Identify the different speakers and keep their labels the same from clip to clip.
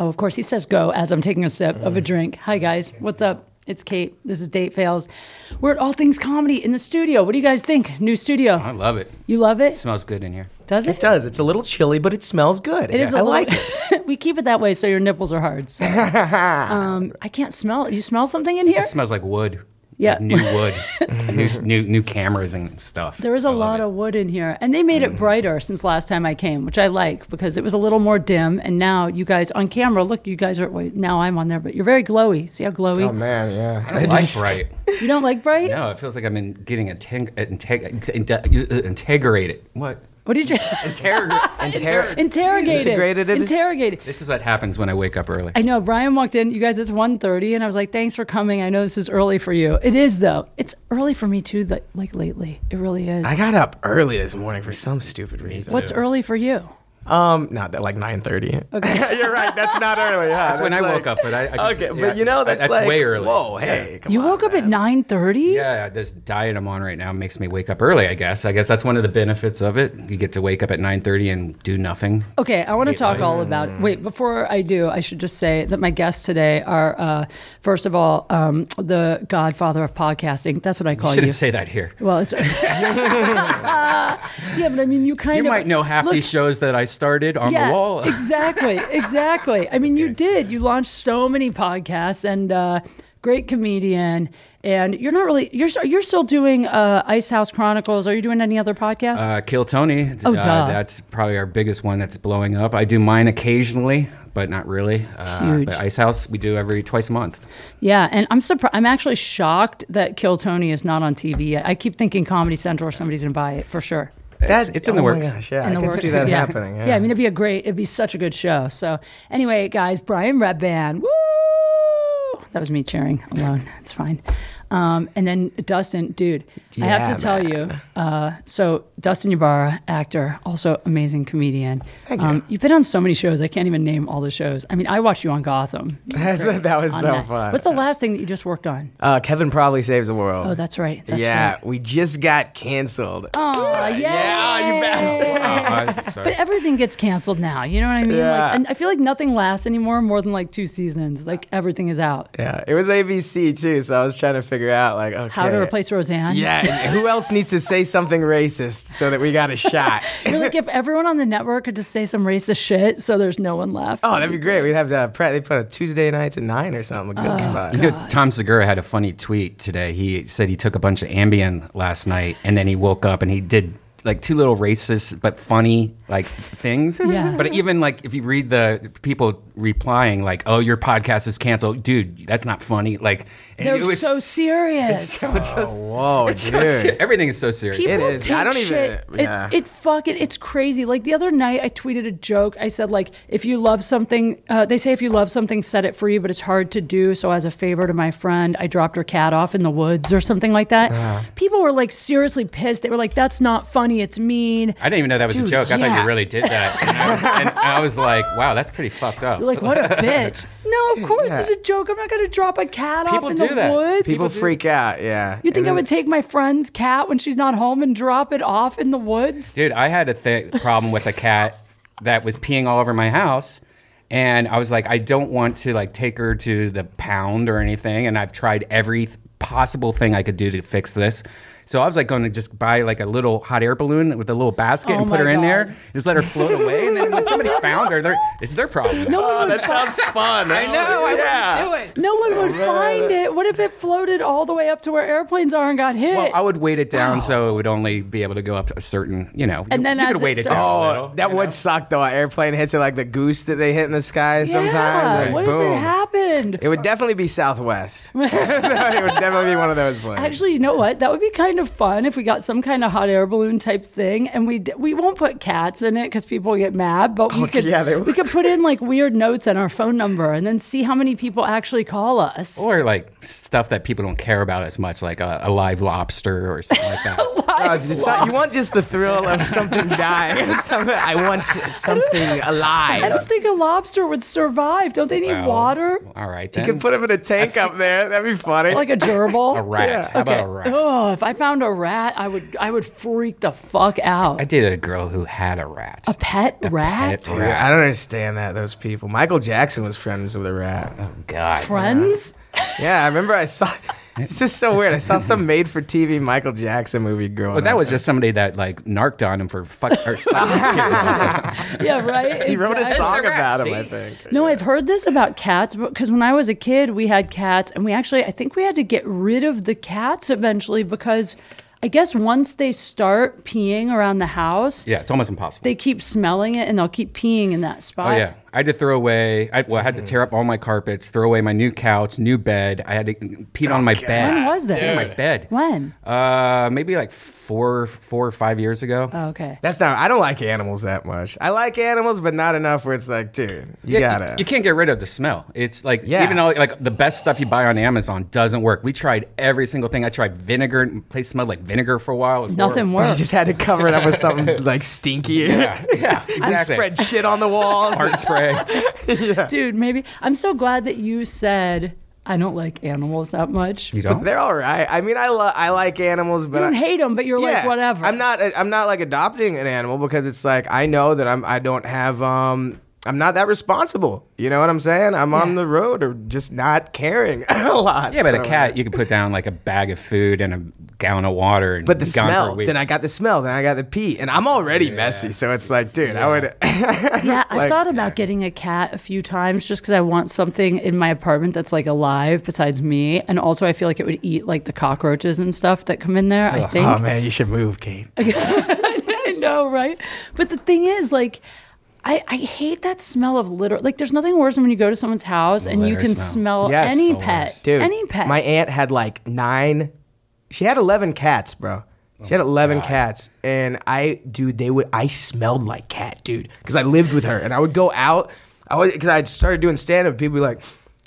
Speaker 1: Oh, of course, he says go as I'm taking a sip of a drink. Hi, guys. What's up? It's Kate. This is Date Fails. We're at All Things Comedy in the studio. What do you guys think? New
Speaker 2: I
Speaker 1: studio.
Speaker 2: love it.
Speaker 1: You love
Speaker 2: It
Speaker 1: it?
Speaker 2: smells good in here.
Speaker 1: Does
Speaker 3: It does. It's a little chilly, but it smells good.
Speaker 1: It is
Speaker 3: I
Speaker 1: a
Speaker 3: like it.
Speaker 1: little- we keep it that way so your nipples are hard. So. um, I can't smell it. You smell something in here?
Speaker 2: It smells like wood.
Speaker 1: Yeah. Mm-hmm.
Speaker 2: Like new wood. new, new new cameras and stuff.
Speaker 1: There is a
Speaker 2: I love
Speaker 1: lot
Speaker 2: it.
Speaker 1: of wood in here, and they made it brighter since last time I came, which I like because it was a little more dim. And now you guys on camera, look, you guys are wait, now I'm on there, but you're very glowy. See how glowy?
Speaker 3: Oh man, yeah.
Speaker 2: I don't like bright.
Speaker 1: you don't like bright?
Speaker 2: No, it feels like I'm in getting integ- integ- inte- uh, integrated. What?
Speaker 1: What did you
Speaker 2: Interrogate.
Speaker 1: interrogate it?
Speaker 3: Integrated it?
Speaker 1: Interrogate it.
Speaker 2: This is what happens when I wake up early.
Speaker 1: I know Brian walked in. You guys, it's 1.30, and I was like, "Thanks for coming. I know this is early for you. It is though. It's early for me too. Like, like lately, it really is.
Speaker 3: I got up early this morning for some stupid reason.
Speaker 1: What's early for you?
Speaker 3: Um, not that like nine thirty. Okay, you're right. That's not early. Yeah, that's
Speaker 2: when I
Speaker 3: like-
Speaker 2: woke up, but I- I can
Speaker 3: okay,
Speaker 2: see- yeah,
Speaker 3: but you know that's,
Speaker 2: that's
Speaker 3: like
Speaker 2: way early.
Speaker 3: Whoa, hey, come
Speaker 1: You
Speaker 3: on,
Speaker 1: woke up at 9.30?
Speaker 2: yeah, this diet I'm on right now makes me wake up early. I guess. I guess that's one of the benefits of it. You get to wake up at 9:30 and do nothing.
Speaker 1: Okay, I want to talk
Speaker 2: life.
Speaker 1: all about. Wait, before I do, I should just say that my guests today are, uh, first of all, um, the Godfather of podcasting. That's what I call you.
Speaker 2: Shouldn't say that here.
Speaker 1: well, it's yeah, but I mean, you kind
Speaker 2: You
Speaker 1: of
Speaker 2: might know half
Speaker 1: Look,
Speaker 2: these shows that I started on
Speaker 1: Yeah,
Speaker 2: the wall.
Speaker 1: exactly, exactly. I mean, you did. You launched so many podcasts and uh, great comedian. And you're not really you're you're still doing uh, Ice House Chronicles. Are you doing any other podcasts?
Speaker 2: Uh, Kill Tony.
Speaker 1: Oh,
Speaker 2: uh,
Speaker 1: duh.
Speaker 2: That's probably our biggest one that's blowing up. I do mine occasionally, but not really. Uh,
Speaker 1: Huge.
Speaker 2: But Ice House, we do every twice a month.
Speaker 1: Yeah, and I'm surprised. I'm actually shocked that Kill Tony is not on TV. yet. I keep thinking Comedy Central or somebody's going to buy it for sure.
Speaker 3: That's
Speaker 2: it's in the
Speaker 3: oh
Speaker 2: works.
Speaker 3: My gosh,
Speaker 1: In
Speaker 3: yeah, I
Speaker 1: the
Speaker 3: can
Speaker 1: works.
Speaker 3: see that
Speaker 1: Yeah.
Speaker 3: happening. Yeah.
Speaker 1: I mean, it'd be a great, it'd be such a good show. So, anyway, guys, Brian Redband, woo! That was me cheering alone. It's fine. Um, and then Dustin, dude, I have to
Speaker 3: Yeah,
Speaker 1: tell you. Uh, so Dustin Ybarra, actor, also amazing comedian. Um,
Speaker 3: Thank you.
Speaker 1: you've been on so many shows. I can't even name all the shows. I mean, I watched you on Gotham.
Speaker 3: That's- that was
Speaker 1: On
Speaker 3: so
Speaker 1: that.
Speaker 3: fun.
Speaker 1: What's the last thing that you just worked on?
Speaker 3: uh, Kevin probably saves the world.
Speaker 1: Oh, that's right. That's
Speaker 3: yeah,
Speaker 1: Right.
Speaker 3: we just got canceled.
Speaker 1: Oh,
Speaker 3: yeah, you bastard.
Speaker 2: Uh,
Speaker 1: But
Speaker 2: sorry.
Speaker 1: everything gets canceled now. You know what I mean?
Speaker 3: Yeah.
Speaker 1: Like, and I feel like nothing lasts anymore more than like two seasons. Like
Speaker 3: Uh,
Speaker 1: everything is out.
Speaker 3: Yeah, it was ABC too, so I was trying to figure out like okay,
Speaker 1: How to replace Roseanne?
Speaker 3: Yeah, and who else needs to say something racist so that we got a shot?
Speaker 1: You're like if everyone on the network could just say some racist shit, so there's no one left.
Speaker 3: Oh, that'd be great. We'd have to have pre- they put a Tuesday nights at nine or something. A good spot.
Speaker 2: You know, Tom Segura had a funny tweet today. He said he took a bunch of Ambien last night, and then he woke up and he did like two little racist but funny like things.
Speaker 1: Yeah.
Speaker 2: But even like if you read the people replying like, "Oh, your podcast is canceled, dude. That's not funny." Like and
Speaker 1: They're
Speaker 2: it was
Speaker 1: so
Speaker 2: s-
Speaker 1: serious.
Speaker 2: It's so, just,
Speaker 3: Whoa,
Speaker 2: it's so ser-
Speaker 3: Oh, dude.
Speaker 2: everything is so serious.
Speaker 1: People
Speaker 3: It is.
Speaker 1: take
Speaker 3: I don't even-
Speaker 1: shit. It-
Speaker 3: yeah.
Speaker 1: It, fucking it's crazy. Like the other night, I tweeted a joke. I said like, if you love something, uh, they say if you love something, set it free, but it's hard to do. So as a favor to my friend, I dropped her cat off in the woods or something like that.
Speaker 3: Ah.
Speaker 1: People were like seriously pissed. They were like, that's not funny. It's mean.
Speaker 2: I didn't even know that was
Speaker 1: Dude,
Speaker 2: a joke. I thought
Speaker 1: yeah.
Speaker 2: you really did that. And I, was, and I was like, wow, that's pretty fucked up.
Speaker 1: Like what a bitch! No, of course
Speaker 3: yeah.
Speaker 1: it's a joke. I'm not gonna drop a cat
Speaker 2: People
Speaker 1: off in
Speaker 2: do
Speaker 1: the
Speaker 2: that.
Speaker 1: woods.
Speaker 3: People freak out. Yeah.
Speaker 1: you think I would take my friend's cat when she's not home and drop it off in the woods?
Speaker 2: Dude, I had a th- problem with a cat that was peeing all over my house. And I was like, I don't want to like take her to the pound or anything. And I've tried every th- possible thing I could do to fix this. So I was like going to just buy like a little hot air balloon with a little basket
Speaker 1: Oh
Speaker 2: and put
Speaker 1: my
Speaker 2: her in
Speaker 1: God.
Speaker 2: there, just let her float away. And then when somebody found her, they're, it's their problem.
Speaker 1: No one would
Speaker 3: that sounds fun. I know. I wouldn't do it.
Speaker 1: No one would find it. What if it floated all the way up to where airplanes are and got hit?
Speaker 2: Well, I would weight it down so it would only be able to go up to a certain, you know.
Speaker 1: And
Speaker 2: you,
Speaker 1: then
Speaker 2: you
Speaker 1: as
Speaker 2: could weight
Speaker 1: it
Speaker 2: it down.
Speaker 1: starts-
Speaker 2: a
Speaker 3: Oh,
Speaker 2: little,
Speaker 3: that
Speaker 2: you
Speaker 3: would
Speaker 2: know?
Speaker 3: suck though. An airplane hits it like the goose that they hit in the sky sometimes.
Speaker 1: yeah.
Speaker 3: like,
Speaker 1: What
Speaker 3: boom.
Speaker 1: if it happened?
Speaker 3: It would definitely be Southwest. it would definitely be one of those planes.
Speaker 1: Actually, you know what? That would be kind of fun if we got some kind of hot air balloon type thing, and we d- we won't put cats in it because people get mad. But we
Speaker 3: Oh,
Speaker 1: could
Speaker 3: yeah, they will.
Speaker 1: we could put in like weird notes and our phone number, and then see how many people actually call us.
Speaker 2: Or like stuff that people don't care about as much, like a, a live lobster or something like that.
Speaker 3: Oh,
Speaker 1: I
Speaker 3: dude, so- you want just the thrill of something dying. Something- I want something
Speaker 1: I
Speaker 3: alive.
Speaker 1: don't think a lobster would survive. Don't they need
Speaker 2: Well,
Speaker 1: water?
Speaker 2: All right,
Speaker 3: You
Speaker 2: then.
Speaker 3: can put him in a tank up there. That'd be funny.
Speaker 1: Like a gerbil?
Speaker 2: a rat.
Speaker 3: Yeah.
Speaker 2: How about
Speaker 1: Okay.
Speaker 2: a rat?
Speaker 1: Oh, if I found a rat, I would I would freak the fuck out.
Speaker 2: I dated a girl who had a rat.
Speaker 1: a pet rat?
Speaker 2: Pet
Speaker 3: Dude, I
Speaker 2: rat.
Speaker 3: don't understand that those people. Michael Jackson was friends with a rat.
Speaker 2: God.
Speaker 1: Friends?
Speaker 3: Yeah, I remember I saw. It's just so weird. I saw some made-for-TV Michael Jackson movie growing.
Speaker 2: But that
Speaker 3: up.
Speaker 2: was just somebody that like narked on him for fuck or slapping kids off or something.
Speaker 1: Yeah, right?
Speaker 3: he wrote a
Speaker 1: Exactly.
Speaker 3: song
Speaker 2: the rat,
Speaker 3: about him. I
Speaker 2: see?
Speaker 3: think.
Speaker 1: No, I've heard this about cats because when I was a kid, we had cats, and we actually, I think we had to get rid of the cats eventually because I guess once they start peeing around the house,
Speaker 2: Yeah, it's almost impossible.
Speaker 1: they keep smelling it and they'll keep peeing in that
Speaker 2: Oh
Speaker 1: spot.
Speaker 2: yeah, I had to throw away. I, well, I
Speaker 3: Mm-hmm.
Speaker 2: had to tear up all my carpets, throw away my new couch, new bed. I had to peed on my bed.
Speaker 1: When was this?
Speaker 2: My bed.
Speaker 1: When?
Speaker 2: Uh, maybe like four, four or five years ago.
Speaker 1: Oh, okay.
Speaker 3: That's not. I don't like animals that much. I like animals, but not enough where it's like, dude, you
Speaker 2: Yeah,
Speaker 3: gotta.
Speaker 2: You can't get rid of the smell. It's like
Speaker 3: Yeah.
Speaker 2: even though like the best stuff you buy on Amazon doesn't work. We tried every single thing. I tried vinegar. The place smelled like vinegar for a while. It was
Speaker 1: Nothing
Speaker 2: horrible.
Speaker 3: you
Speaker 1: worked.
Speaker 3: just had to cover it up with something like stinky.
Speaker 2: Yeah, yeah, exactly.
Speaker 3: Spread shit on the walls.
Speaker 2: Art spray.
Speaker 1: Dude, maybe. I'm so glad that you said, I don't like animals that much.
Speaker 2: You don't.
Speaker 3: They're all right. I mean, I lo- I like animals, but
Speaker 1: You don't
Speaker 3: I-
Speaker 1: hate them, but you're like,
Speaker 3: Yeah.
Speaker 1: whatever.
Speaker 3: I'm not. uh, I'm not like adopting an animal because it's like I know that I'm. I don't have. Um, I'm not that responsible. You know what I'm saying? I'm on the road or just not caring a lot.
Speaker 2: Yeah, but a
Speaker 3: so-
Speaker 2: cat, you could put down like a bag of food and a gallon of water, and
Speaker 3: But the
Speaker 2: be gone for a
Speaker 3: smell.
Speaker 2: week.
Speaker 3: Then I got the smell. Then I got the pee, and I'm already messy. So it's like, dude, I would.
Speaker 1: Yeah, I
Speaker 3: Like-
Speaker 1: thought about getting a cat a few times just because I want something in my apartment that's like alive besides me, and also I feel like it would eat like the cockroaches and stuff that come in there. I think.
Speaker 3: oh man, you should move, Kate.
Speaker 1: I know, right? But the thing is, like, I, I hate that smell of litter. Like, there's nothing worse than when you go to someone's house and you
Speaker 2: Litter
Speaker 1: can
Speaker 2: smell.
Speaker 1: smell,
Speaker 3: Yes.
Speaker 1: any
Speaker 3: The
Speaker 1: pet,
Speaker 3: Dude,
Speaker 1: any pet.
Speaker 3: My aunt had like nine. She had eleven cats, bro. She had eleven cats, and I, dude, they would. I smelled like cat, dude, because I lived with her, and I would go out. I would because I had started doing stand up. People be like,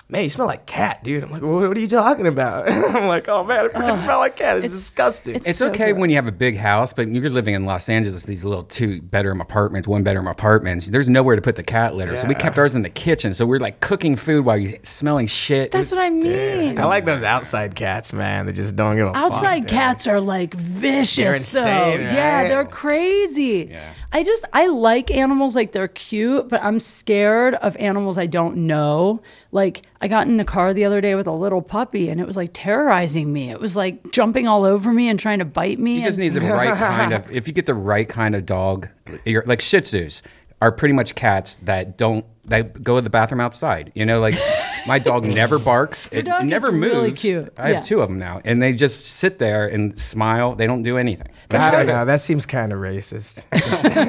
Speaker 3: "Man, you smell like cat, dude." I'm like, "What, what are you talking about?" I'm like, "Oh man, I fucking smell like cat. It's,
Speaker 1: It's-
Speaker 3: disgusting."
Speaker 1: it's-
Speaker 2: It's
Speaker 1: so
Speaker 2: okay
Speaker 1: good.
Speaker 2: when you have a big house, but you're living in Los Angeles, these little two bedroom apartments, one bedroom apartments. There's nowhere to put the cat litter. So we
Speaker 3: Yeah.
Speaker 2: kept ours in the kitchen. So we're like cooking food while you're smelling shit.
Speaker 1: That's what I mean.
Speaker 3: I like those outside cats, man. They just don't give a
Speaker 1: Outside
Speaker 3: fuck, dude.
Speaker 1: cats are like vicious.
Speaker 3: They're insane,
Speaker 1: though.
Speaker 3: right?
Speaker 1: Yeah, they're crazy.
Speaker 2: Yeah.
Speaker 1: I just I like animals like they're cute, but I'm scared of animals I don't know. Like I got in the car the other day with a little puppy and it was like terrorizing me. It was like jumping all over me and trying to bite me.
Speaker 2: You just
Speaker 1: and-
Speaker 2: need the right kind of. If you get the right kind of dog, you're, like Shih Tzus are pretty much cats that don't that go to the bathroom outside. You know, like my dog never barks. It
Speaker 1: dog is
Speaker 2: never moves.
Speaker 1: really cute.
Speaker 2: I have
Speaker 1: Yeah.
Speaker 2: two of them now, and they just sit there and smile. They don't do anything.
Speaker 3: I don't know. That seems kind of racist.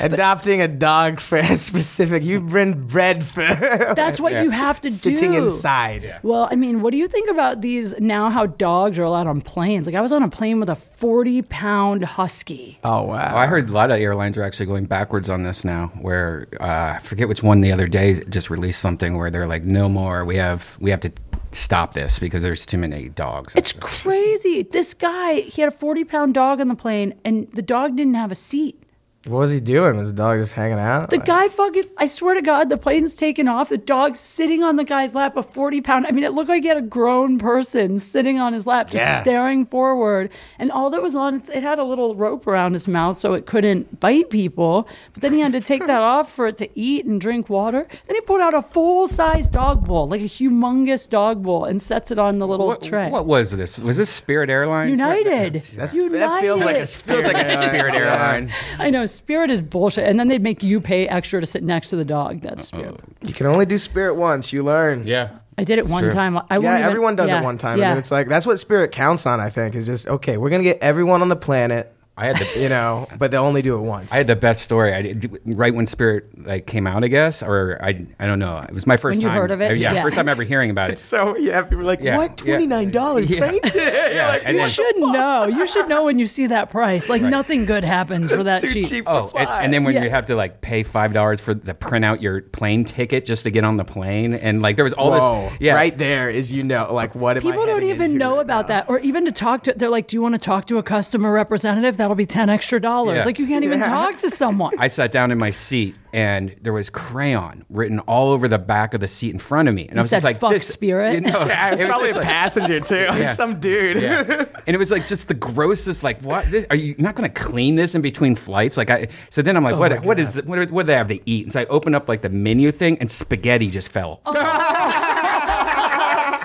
Speaker 3: Adopting a dog for a specific, you've been bred for
Speaker 1: That's what
Speaker 2: Yeah.
Speaker 1: you have to
Speaker 3: sitting
Speaker 1: do.
Speaker 3: inside.
Speaker 1: Well, I mean, what do you think about these now how dogs are allowed on planes? Like I was on a plane with a 40 pound husky.
Speaker 3: Oh wow!
Speaker 2: Oh, I heard a lot of airlines are actually going backwards on this now. Where uh, I forget which one the other day just released something where they're like, "No more. We have we have to stop this because there's too many dogs."
Speaker 1: It's crazy. This guy, he had a 40 pound dog on the plane, and the dog didn't have a seat.
Speaker 3: What was he doing? Was the dog just hanging out?
Speaker 1: The
Speaker 3: Like,
Speaker 1: guy fucking, I swear to God, the plane's taken off. The dog's sitting on the guy's lap, a 40 pound. I mean, it looked like he had a grown person sitting on his lap, just
Speaker 3: Yeah.
Speaker 1: staring forward. And all that was on, it, it had a little rope around his mouth so it couldn't bite people. But then he had to take that off for it to eat and drink water. Then he pulled out a full size dog bowl, like a humongous dog bowl, and sets it on the little
Speaker 2: what,
Speaker 1: tray.
Speaker 2: what was this? Was this Spirit Airlines?
Speaker 1: United.
Speaker 3: that's-
Speaker 1: United.
Speaker 3: That feels like a
Speaker 2: Feels like a Spirit Airline.
Speaker 1: I know Spirit is bullshit, and then they'd make you pay extra to sit next to the dog. That's Spirit.
Speaker 3: You can only do spirit once. You learn.
Speaker 2: Yeah.
Speaker 1: I did it one
Speaker 2: Sure.
Speaker 1: time. I won't
Speaker 3: Yeah,
Speaker 1: even-
Speaker 3: everyone does
Speaker 1: yeah,
Speaker 3: it one time,
Speaker 1: Yeah.
Speaker 3: and then it's like that's what spirit counts on. I think is just okay. We're gonna get everyone on the planet
Speaker 2: I had the
Speaker 3: you know, but they'll only do it once.
Speaker 2: I had the best story. I did, right when Spirit like came out, I guess, or I I don't know. It was my first
Speaker 1: When you
Speaker 2: time.
Speaker 1: heard of it?
Speaker 2: Yeah,
Speaker 1: Yeah.
Speaker 2: first time ever hearing about it.
Speaker 3: so yeah, people are like,
Speaker 2: Yeah,
Speaker 3: what
Speaker 2: yeah.
Speaker 3: twenty nine dollars
Speaker 2: Yeah.
Speaker 3: plane ticket? You're like,
Speaker 2: and
Speaker 1: You
Speaker 2: then-
Speaker 1: should know. You should know when you see that price. Like nothing good happens for that
Speaker 3: too
Speaker 1: cheap.
Speaker 3: cheap to
Speaker 2: Oh,
Speaker 3: fly.
Speaker 2: and, and then when
Speaker 1: Yeah.
Speaker 2: you have to like pay five dollars for the print out your plane ticket just to get on the plane, and like there was all
Speaker 3: Whoa,
Speaker 2: this, yeah,
Speaker 3: right there is you know, like what am I
Speaker 1: People don't
Speaker 3: heading
Speaker 1: even
Speaker 3: into
Speaker 1: know
Speaker 3: right
Speaker 1: about
Speaker 3: now?
Speaker 1: that, or even to talk to. They're like, "Do you want to talk to a customer representative? That'll be ten extra dollars."
Speaker 2: Yeah.
Speaker 1: Like you can't even talk to someone.
Speaker 2: I sat down in my seat and there was crayon written all over the back of the seat in front of me, and I was
Speaker 1: said,
Speaker 2: just like,
Speaker 1: "Fuck
Speaker 2: this,
Speaker 1: Spirit."
Speaker 3: Yeah, it was probably
Speaker 2: just
Speaker 3: a
Speaker 2: like-
Speaker 3: passenger too. Some dude.
Speaker 2: Yeah. And it was like just the grossest. Like, what? This, are you not going to clean this in between flights? Like, I. So then I'm
Speaker 3: Oh
Speaker 2: like, what? What is? What, are, what do they have to eat? And so I opened up like the menu thing, and spaghetti just fell.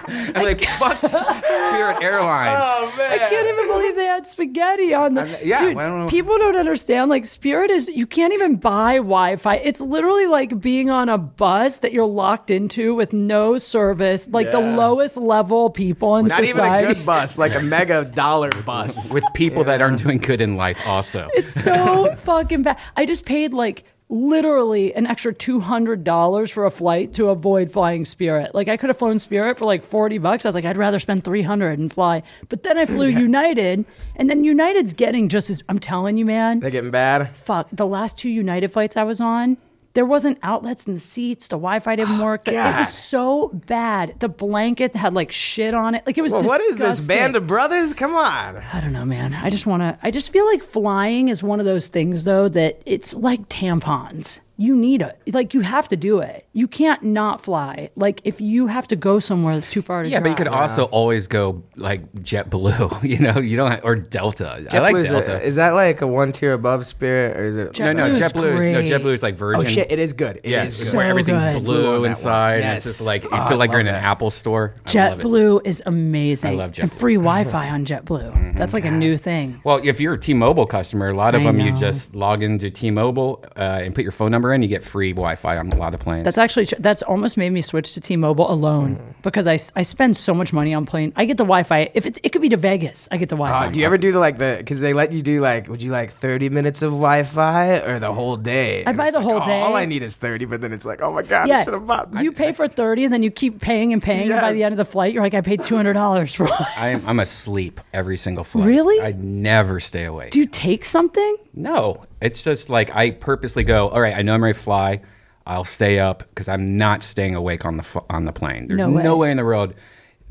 Speaker 2: I'm like, fuck Spirit Airlines.
Speaker 3: Oh man.
Speaker 1: I can't even believe they had spaghetti on the.
Speaker 2: I- yeah,
Speaker 1: Dude,
Speaker 2: I don't know.
Speaker 1: people don't understand. Like Spirit is, you can't even buy Wi-Fi. It's literally like being on a bus that you're locked into with no service. Like the
Speaker 3: Yeah.
Speaker 1: lowest level people in
Speaker 3: Not
Speaker 1: society.
Speaker 3: even a good bus, like a mega dollar bus.
Speaker 2: With people that aren't doing good in life, also.
Speaker 1: It's so fucking bad. I just paid like literally an extra $200 for a flight to avoid flying Spirit. Like I could have flown Spirit for like 40 bucks. I was like I'd rather spend 300 and fly. But then I flew United and then United's getting just as I'm telling you man.
Speaker 3: They're getting bad.
Speaker 1: fuck, the last two United flights I was on, there wasn't outlets in the seats. The Wi-Fi didn't work. It
Speaker 3: Oh, God.
Speaker 1: was so bad. The blanket had like shit on it. Like it was.
Speaker 3: Well, what is this
Speaker 1: disgusting.
Speaker 3: band of brothers? Come on.
Speaker 1: I don't know, man. I just want to. I just feel like flying is one of those things, though, that it's like tampons. You need it. Like you have to do it. You can't not fly. Like if you have to go somewhere that's too far to
Speaker 2: Yeah, but you
Speaker 1: drive.
Speaker 2: could also always go like JetBlue, you know, you don't, or Delta. I like
Speaker 3: JetBlue is a-
Speaker 2: Delta.
Speaker 3: Is that like a one tier above Spirit, or is it?
Speaker 1: Jet-
Speaker 2: no, no,
Speaker 1: JetBlue's
Speaker 2: JetBlue is, no,
Speaker 1: great.
Speaker 2: JetBlue is like
Speaker 3: oh
Speaker 2: Virgin.
Speaker 3: shit, it is good. It is
Speaker 2: Yeah,
Speaker 3: good.
Speaker 2: it's
Speaker 1: so
Speaker 2: where everything's
Speaker 1: good.
Speaker 2: blue
Speaker 3: Blue on that
Speaker 2: inside.
Speaker 3: one.
Speaker 2: And it's
Speaker 3: Yes.
Speaker 2: just like you
Speaker 3: Oh, I
Speaker 2: feel like
Speaker 3: love
Speaker 2: you're in
Speaker 3: that.
Speaker 2: an Apple store. I love it.
Speaker 1: JetBlue is amazing.
Speaker 2: I love
Speaker 1: And
Speaker 2: JetBlue. Mm-hmm.
Speaker 1: free Wi-Fi on JetBlue. That's like a new thing.
Speaker 2: Well, if you're a T-Mobile customer, a lot of
Speaker 1: I
Speaker 2: them you
Speaker 1: know.
Speaker 2: just log into T-Mobile uh, and put your phone number in, you get free Wi-Fi on a lot of planes.
Speaker 1: That's actually tr- that's almost made me switch to T-Mobile alone because I, s- I spend so much money on plane. I get the Wi-Fi. If it's, it could be to Vegas, I get the Wi-Fi.
Speaker 3: Uh, do you ever do the like the because they let you do like would you like thirty minutes of Wi-Fi or the whole day? And
Speaker 1: buy
Speaker 3: it's
Speaker 1: the
Speaker 3: like,
Speaker 1: whole
Speaker 3: "Oh,
Speaker 1: day."
Speaker 3: All I need is thirty, but then it's like oh my god, I should have bought.
Speaker 1: yeah, you pay for thirty, and then you keep paying and paying, and by the
Speaker 3: Yes.
Speaker 1: end of the flight, you're like, I paid two hundred dollars for.
Speaker 2: I am, I'm asleep every single flight.
Speaker 1: Really?
Speaker 2: I never stay awake.
Speaker 1: Do you take something?
Speaker 2: No, it's just like I purposely go. All right, I know I'm ready to fly. I'll stay up because I'm not staying awake on the fu- on the plane. There's
Speaker 1: No
Speaker 2: no
Speaker 1: way.
Speaker 2: way. in the world.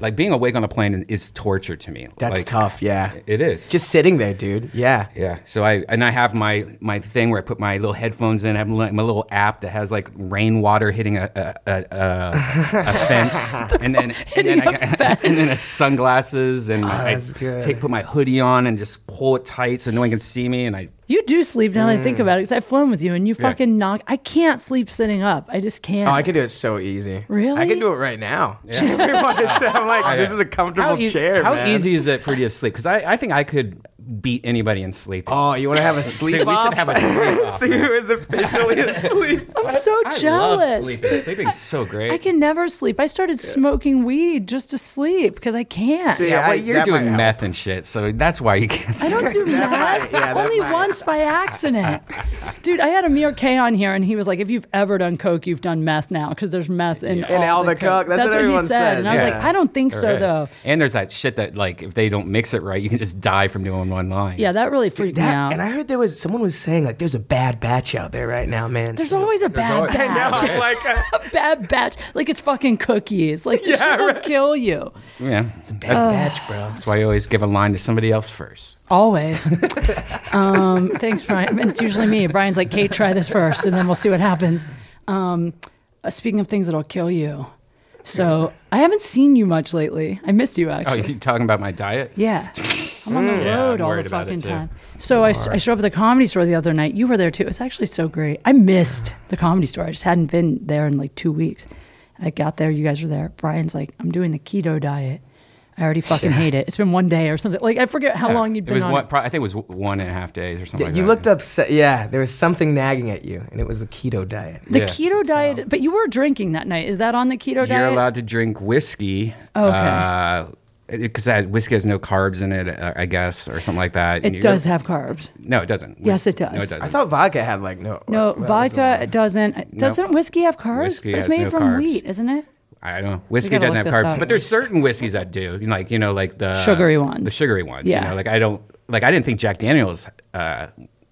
Speaker 2: Like being awake on the plane is torture to me.
Speaker 3: That's
Speaker 2: Like,
Speaker 3: tough. Yeah,
Speaker 2: It is.
Speaker 3: just sitting there, dude. Yeah.
Speaker 2: Yeah. So I and I have my my thing where I put my little headphones in. I have my, my little app that has like rainwater hitting a a, a, a, a fence, and then and then, I, got- and then a sunglasses, and I
Speaker 3: Oh, that's good.
Speaker 2: take put my hoodie on and just pull it tight so no one can see me. And I
Speaker 1: You do sleep now that I think about it because I've flown with you, and you fucking knock. I can't sleep sitting up. I just can't.
Speaker 3: Oh, I could do it so easy. I
Speaker 1: Really?
Speaker 3: could do it right now. e-, If you wanted to. I'm like, this is a comfortable
Speaker 2: how ea-
Speaker 3: chair.
Speaker 2: How
Speaker 3: man.
Speaker 2: easy is it for you to sleep? Because I, I think I could beat anybody in sleep.
Speaker 3: Oh, you want to have a sleep
Speaker 2: Dude, we
Speaker 3: off?
Speaker 2: should have a sleep off.
Speaker 3: See who is officially asleep.
Speaker 1: I'm so
Speaker 2: I
Speaker 1: jealous.
Speaker 2: love sleeping. Sleeping's so great.
Speaker 1: I can never sleep. I started smoking weed just to sleep because I can't.
Speaker 3: See,
Speaker 2: yeah,
Speaker 3: I-
Speaker 2: well, you're
Speaker 3: that might
Speaker 2: doing
Speaker 3: help.
Speaker 2: meth and shit, so that's why you can't.
Speaker 1: I don't do
Speaker 3: That
Speaker 1: meth.
Speaker 3: might- yeah, that
Speaker 1: Only
Speaker 3: might.
Speaker 1: once by accident. Dude, I had Amir K on here, and he was like, "If you've ever done coke, you've done meth now, because there's meth in
Speaker 2: Yeah.
Speaker 1: all
Speaker 3: In all
Speaker 1: the
Speaker 3: the coke. That's what everyone
Speaker 1: he said,
Speaker 3: says,
Speaker 1: and I was like,
Speaker 3: yeah.
Speaker 1: "I don't think so,
Speaker 2: There is.
Speaker 1: though."
Speaker 2: And there's that shit that like if they don't mix it right, you can just die from doing one line.
Speaker 1: Yeah, that really freaked me
Speaker 3: That-
Speaker 1: out.
Speaker 3: And I heard there was someone was saying like, there's a bad batch out there right now, man.
Speaker 1: there's always a bad
Speaker 2: always- I
Speaker 1: batch.
Speaker 3: I'm like, uh,
Speaker 1: a bad batch. Like it's fucking cookies. Like this shit will kill you.
Speaker 2: yeah.
Speaker 3: bad batch, bro.
Speaker 2: That's why you always give a line to somebody else first.
Speaker 1: Always. um, thanks, Brian. It's usually me. Brian's like, Kate, try this first, and then we'll see what happens. Um, uh, speaking of things that'll kill you, so I haven't seen you much lately. I missed you
Speaker 2: Oh,
Speaker 1: actually.
Speaker 2: you talking about my diet?
Speaker 1: Yeah. I'm on the
Speaker 2: Yeah,
Speaker 1: road
Speaker 2: I'm
Speaker 1: all
Speaker 2: worried
Speaker 1: the
Speaker 2: about
Speaker 1: fucking
Speaker 2: it, too.
Speaker 1: time. So I, s- I showed up at the comedy store the other night. You were there too. It's actually so great. I missed the comedy store. I just hadn't been there in like two weeks. I got there. You guys were there. Brian's like, I'm doing the keto diet. I already fucking hate it. It's been one day or something. Like I forget how long you'd
Speaker 2: it
Speaker 1: been
Speaker 2: was
Speaker 1: on.
Speaker 2: one,
Speaker 1: it.
Speaker 2: pro- I think it was w- one and a half days or something. like
Speaker 3: you
Speaker 2: that.
Speaker 3: looked up. se- Yeah, there was something nagging at you, and it was the keto diet.
Speaker 1: The
Speaker 2: yeah.
Speaker 1: keto diet, but you were drinking that night. Is that on the keto
Speaker 2: You're
Speaker 1: diet?
Speaker 2: allowed to drink whiskey.
Speaker 1: Oh, Okay.
Speaker 2: Uh, because whiskey has no carbs in it, uh, I guess, or something like that. and
Speaker 1: It
Speaker 2: you-
Speaker 1: does have carbs.
Speaker 2: No, it doesn't. Whis-
Speaker 1: Yes, it does.
Speaker 2: No, it doesn't.
Speaker 3: I thought vodka had like no.
Speaker 1: No,
Speaker 3: that was the
Speaker 1: vodka
Speaker 3: one.
Speaker 1: doesn't. Doesn't whiskey have carbs?
Speaker 2: Whiskey
Speaker 1: it's
Speaker 2: has
Speaker 1: made
Speaker 2: no
Speaker 1: from
Speaker 2: carbs.
Speaker 1: wheat, isn't it?
Speaker 2: I don't know. Whiskey
Speaker 1: gotta
Speaker 2: doesn't have
Speaker 1: look this
Speaker 2: carbs,
Speaker 1: up.
Speaker 2: but there's certain whiskeys that do. Like you know, like the
Speaker 1: Sugary ones.
Speaker 2: The sugary ones.
Speaker 1: Yeah.
Speaker 2: You know, like I don't like. I didn't think Jack Daniels. Uh,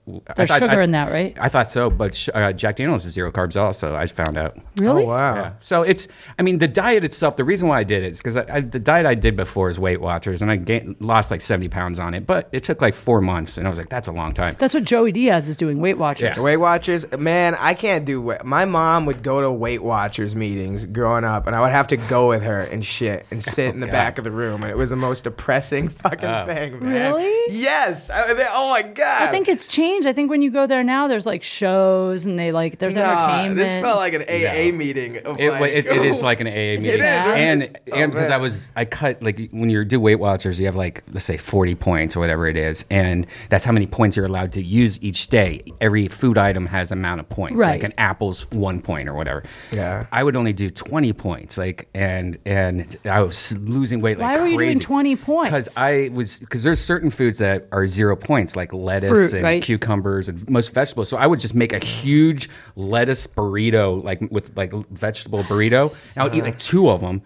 Speaker 2: w- I
Speaker 1: There's
Speaker 2: thought-
Speaker 1: sugar
Speaker 2: I-
Speaker 1: in that, right?
Speaker 2: I thought so, but sh- uh, Jack Daniels is zero carbs. Also, I found out.
Speaker 1: Really?
Speaker 3: Oh wow.
Speaker 2: Yeah. So it's, I mean, the diet itself. The reason why I did it is because I, I, the diet I did before is Weight Watchers, and I gained, lost like seventy pounds on it, but it took like four months, and I was like, that's a long time.
Speaker 1: That's what Joey Diaz is doing. Weight Watchers.
Speaker 2: Yeah.
Speaker 3: Weight Watchers, man, I can't do. Weight- My mom would go to Weight Watchers meetings growing up, and I would have to go with her and shit,
Speaker 2: Oh,
Speaker 3: and sit in the back of the room, and it was the most depressing fucking thing, man.
Speaker 1: Really?
Speaker 3: Yes. I- they- oh my god.
Speaker 1: I think it's changed. I think when you go there now, there's like shows and they like there's entertainment.
Speaker 3: This felt like an AA
Speaker 2: No.
Speaker 3: meeting. Oh Of
Speaker 2: It,
Speaker 3: like,
Speaker 2: it, it is like an AA meeting,
Speaker 3: It is, right?
Speaker 2: and
Speaker 3: Oh,
Speaker 2: and because
Speaker 3: man.
Speaker 2: I was I cut like when you do Weight Watchers, you have like let's say forty points or whatever it is, and that's how many points you're allowed to use each day. Every food item has amount of points,
Speaker 1: Right.
Speaker 2: like an apple's one point or whatever.
Speaker 3: Yeah.
Speaker 2: I would only do twenty points, like and and I was losing weight. Like
Speaker 1: Why were you doing
Speaker 2: crazy.
Speaker 1: 20 points?
Speaker 2: Because I was because there's certain foods that are zero points, like lettuce
Speaker 1: Fruit,
Speaker 2: and
Speaker 1: right?
Speaker 2: cucumbers and most vegetables. So I would just make a huge lettuce burrito, like with like vegetable burrito. And I would eat like
Speaker 1: Uh-huh.
Speaker 2: two of them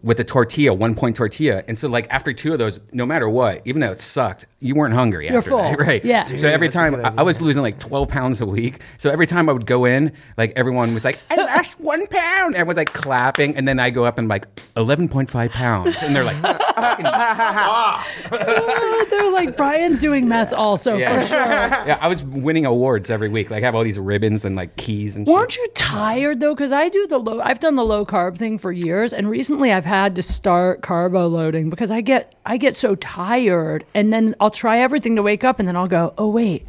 Speaker 2: with a tortilla, one point tortilla. And so like after two of those, no matter what, even though it sucked, you weren't hungry after
Speaker 1: full.
Speaker 2: that, right?
Speaker 1: Yeah.
Speaker 2: so every
Speaker 3: that's a
Speaker 2: time
Speaker 3: good
Speaker 2: I, I was losing like 12 pounds a week. So every time I would go in, like everyone was like, I lost one pound. Everyone's like clapping. And then I go up and like 11.5 pounds. And they're like,
Speaker 1: Oh, they're like Brian's doing meth also for sure.
Speaker 2: yeah, I was winning awards every week. Like I have all these ribbons and like keys and shit.
Speaker 1: Weren't you tired though? Because I do the low. I've done the low carb thing for years, and recently I've had to start carbo loading because I get I get so tired, and then I'll try everything to wake up, and then I'll go, oh wait,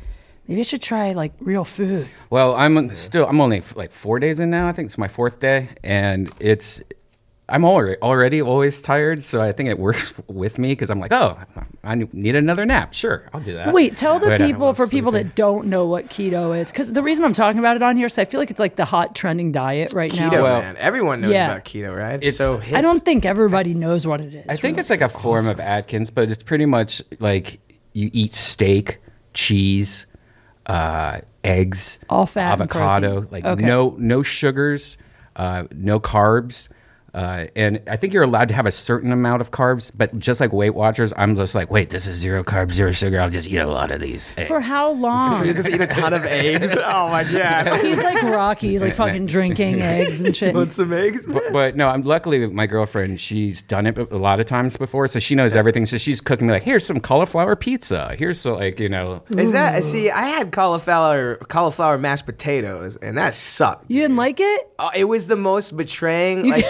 Speaker 1: maybe I should try like real food.
Speaker 2: Well, I'm still I'm only like four days in now. I think it's my fourth day, and it's I'm already already always tired. So I think it works with me because I'm like, oh, I need another nap. Sure, I'll do that.
Speaker 1: Wait, tell the
Speaker 2: But Uh, I
Speaker 1: people
Speaker 2: love
Speaker 1: for people
Speaker 2: sleeping.
Speaker 1: that don't know what keto is, because the reason I'm talking about it on here is I feel like it's like the hot trending diet right
Speaker 3: keto,
Speaker 1: now.
Speaker 2: Well-
Speaker 3: man. Everyone knows
Speaker 1: Yeah.
Speaker 3: about keto, right?
Speaker 2: It's-
Speaker 3: so
Speaker 1: I don't think everybody knows what it is.
Speaker 2: I think
Speaker 1: really.
Speaker 2: it's like a form of Atkins, but it's pretty much like you eat steak, cheese, uh, eggs,
Speaker 1: All fat and
Speaker 2: avocado,
Speaker 1: protein.
Speaker 2: like
Speaker 1: Okay.
Speaker 2: no no sugars, uh, no carbs. Uh, and I think you're allowed to have a certain amount of carbs, but just like Weight Watchers, I'm just like, wait, this is zero carbs, zero sugar. I'll just eat a lot of these. Eggs.
Speaker 1: for how
Speaker 3: So you
Speaker 1: long?
Speaker 3: just eat a ton of eggs. Oh my god.
Speaker 1: He's like Rocky. He's like fucking drinking eggs and shit.
Speaker 3: Want some eggs?
Speaker 2: But, but no, I'm luckily my girlfriend. She's done it a lot of times before, so she knows everything. So she's cooking me like, here's some cauliflower pizza. Here's so like you know,
Speaker 3: Is that see? I had cauliflower cauliflower mashed potatoes, and that sucked.
Speaker 1: You didn't like it?
Speaker 3: Oh, it was the most betraying.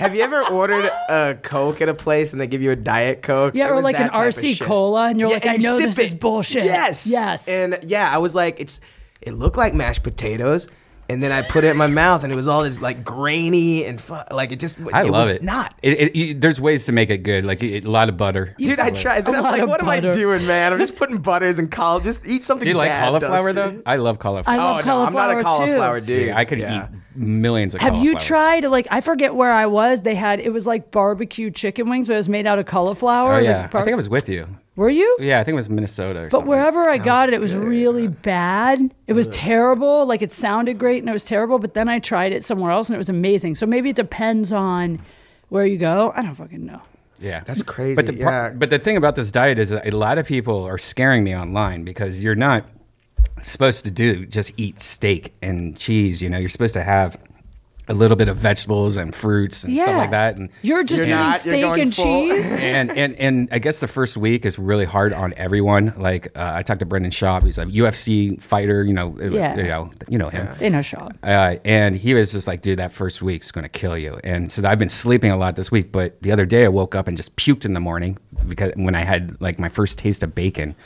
Speaker 3: Like, have you ever ordered a Coke at a place and they give you a diet Coke?
Speaker 1: Yeah,
Speaker 3: It
Speaker 1: or
Speaker 3: was
Speaker 1: like an
Speaker 3: that type of
Speaker 1: RC
Speaker 3: shit.
Speaker 1: Cola, and you're like,
Speaker 3: and
Speaker 1: I
Speaker 3: you
Speaker 1: know
Speaker 3: sip
Speaker 1: this is
Speaker 3: it.
Speaker 1: bullshit.
Speaker 3: Yes,
Speaker 1: Yes.
Speaker 3: And yeah, I was like, it's it looked like mashed potatoes. And then I put it in my mouth, and it was all this like grainy and fu- like it just.
Speaker 2: I
Speaker 3: it
Speaker 2: love
Speaker 3: was
Speaker 2: it.
Speaker 3: Not
Speaker 2: It, it, you, there's ways to make it good, like it, a lot of butter.
Speaker 3: Dude, I tried. Then
Speaker 1: A
Speaker 3: I'm
Speaker 1: lot
Speaker 3: like,
Speaker 1: of
Speaker 3: what am
Speaker 1: butter.
Speaker 3: I doing, man? I'm just putting butters and cauliflower. Just eat something.
Speaker 2: Do you like
Speaker 3: bad,
Speaker 2: cauliflower
Speaker 3: Dustin.
Speaker 2: though? I love
Speaker 1: I
Speaker 2: cauliflower.
Speaker 1: love
Speaker 3: Oh no, I'm
Speaker 1: cauliflower
Speaker 3: not a cauliflow
Speaker 1: too.
Speaker 3: dude.
Speaker 2: Yeah, I could
Speaker 3: Yeah.
Speaker 2: eat millions of.
Speaker 1: Have you
Speaker 2: cauliflowers.
Speaker 1: tried like I forget where I was? They had it was like barbecue chicken wings, but it was made out of cauliflower.
Speaker 2: Oh
Speaker 1: It was,
Speaker 2: yeah,
Speaker 1: like,
Speaker 2: I
Speaker 1: bar-
Speaker 2: think I was with you.
Speaker 1: Were you?
Speaker 2: Yeah, I think it was Minnesota or
Speaker 1: But
Speaker 2: something.
Speaker 1: wherever I got it, it was
Speaker 3: good.
Speaker 1: really bad. It was terrible. Like it sounded great and it was terrible, but then I tried it somewhere else and it was amazing. So maybe it depends on where you go. I don't fucking know.
Speaker 2: Yeah,
Speaker 3: That's crazy.
Speaker 2: But the pro-
Speaker 3: yeah.
Speaker 2: but the thing about this diet is that a lot of people are scaring me online because you're not supposed to do just eat steak and cheese. You know, you're supposed to have a little bit of vegetables and fruits and stuff like that. And
Speaker 1: you're just
Speaker 3: You're
Speaker 1: eating
Speaker 3: not, you're
Speaker 1: steak
Speaker 3: going
Speaker 1: and
Speaker 3: full.
Speaker 1: cheese.
Speaker 2: and, and and I guess the first week is really hard on everyone. Like uh, I talked to Brendan Schaub, he's a UFC fighter, you know, uh,
Speaker 1: Yeah.
Speaker 2: you know, you know him.
Speaker 1: In a shop.
Speaker 2: Uh, and he was just like, dude, that first week's going to kill you. And so I've been sleeping a lot this week. But the other day I woke up and just puked in the morning because when I had like my first taste of bacon.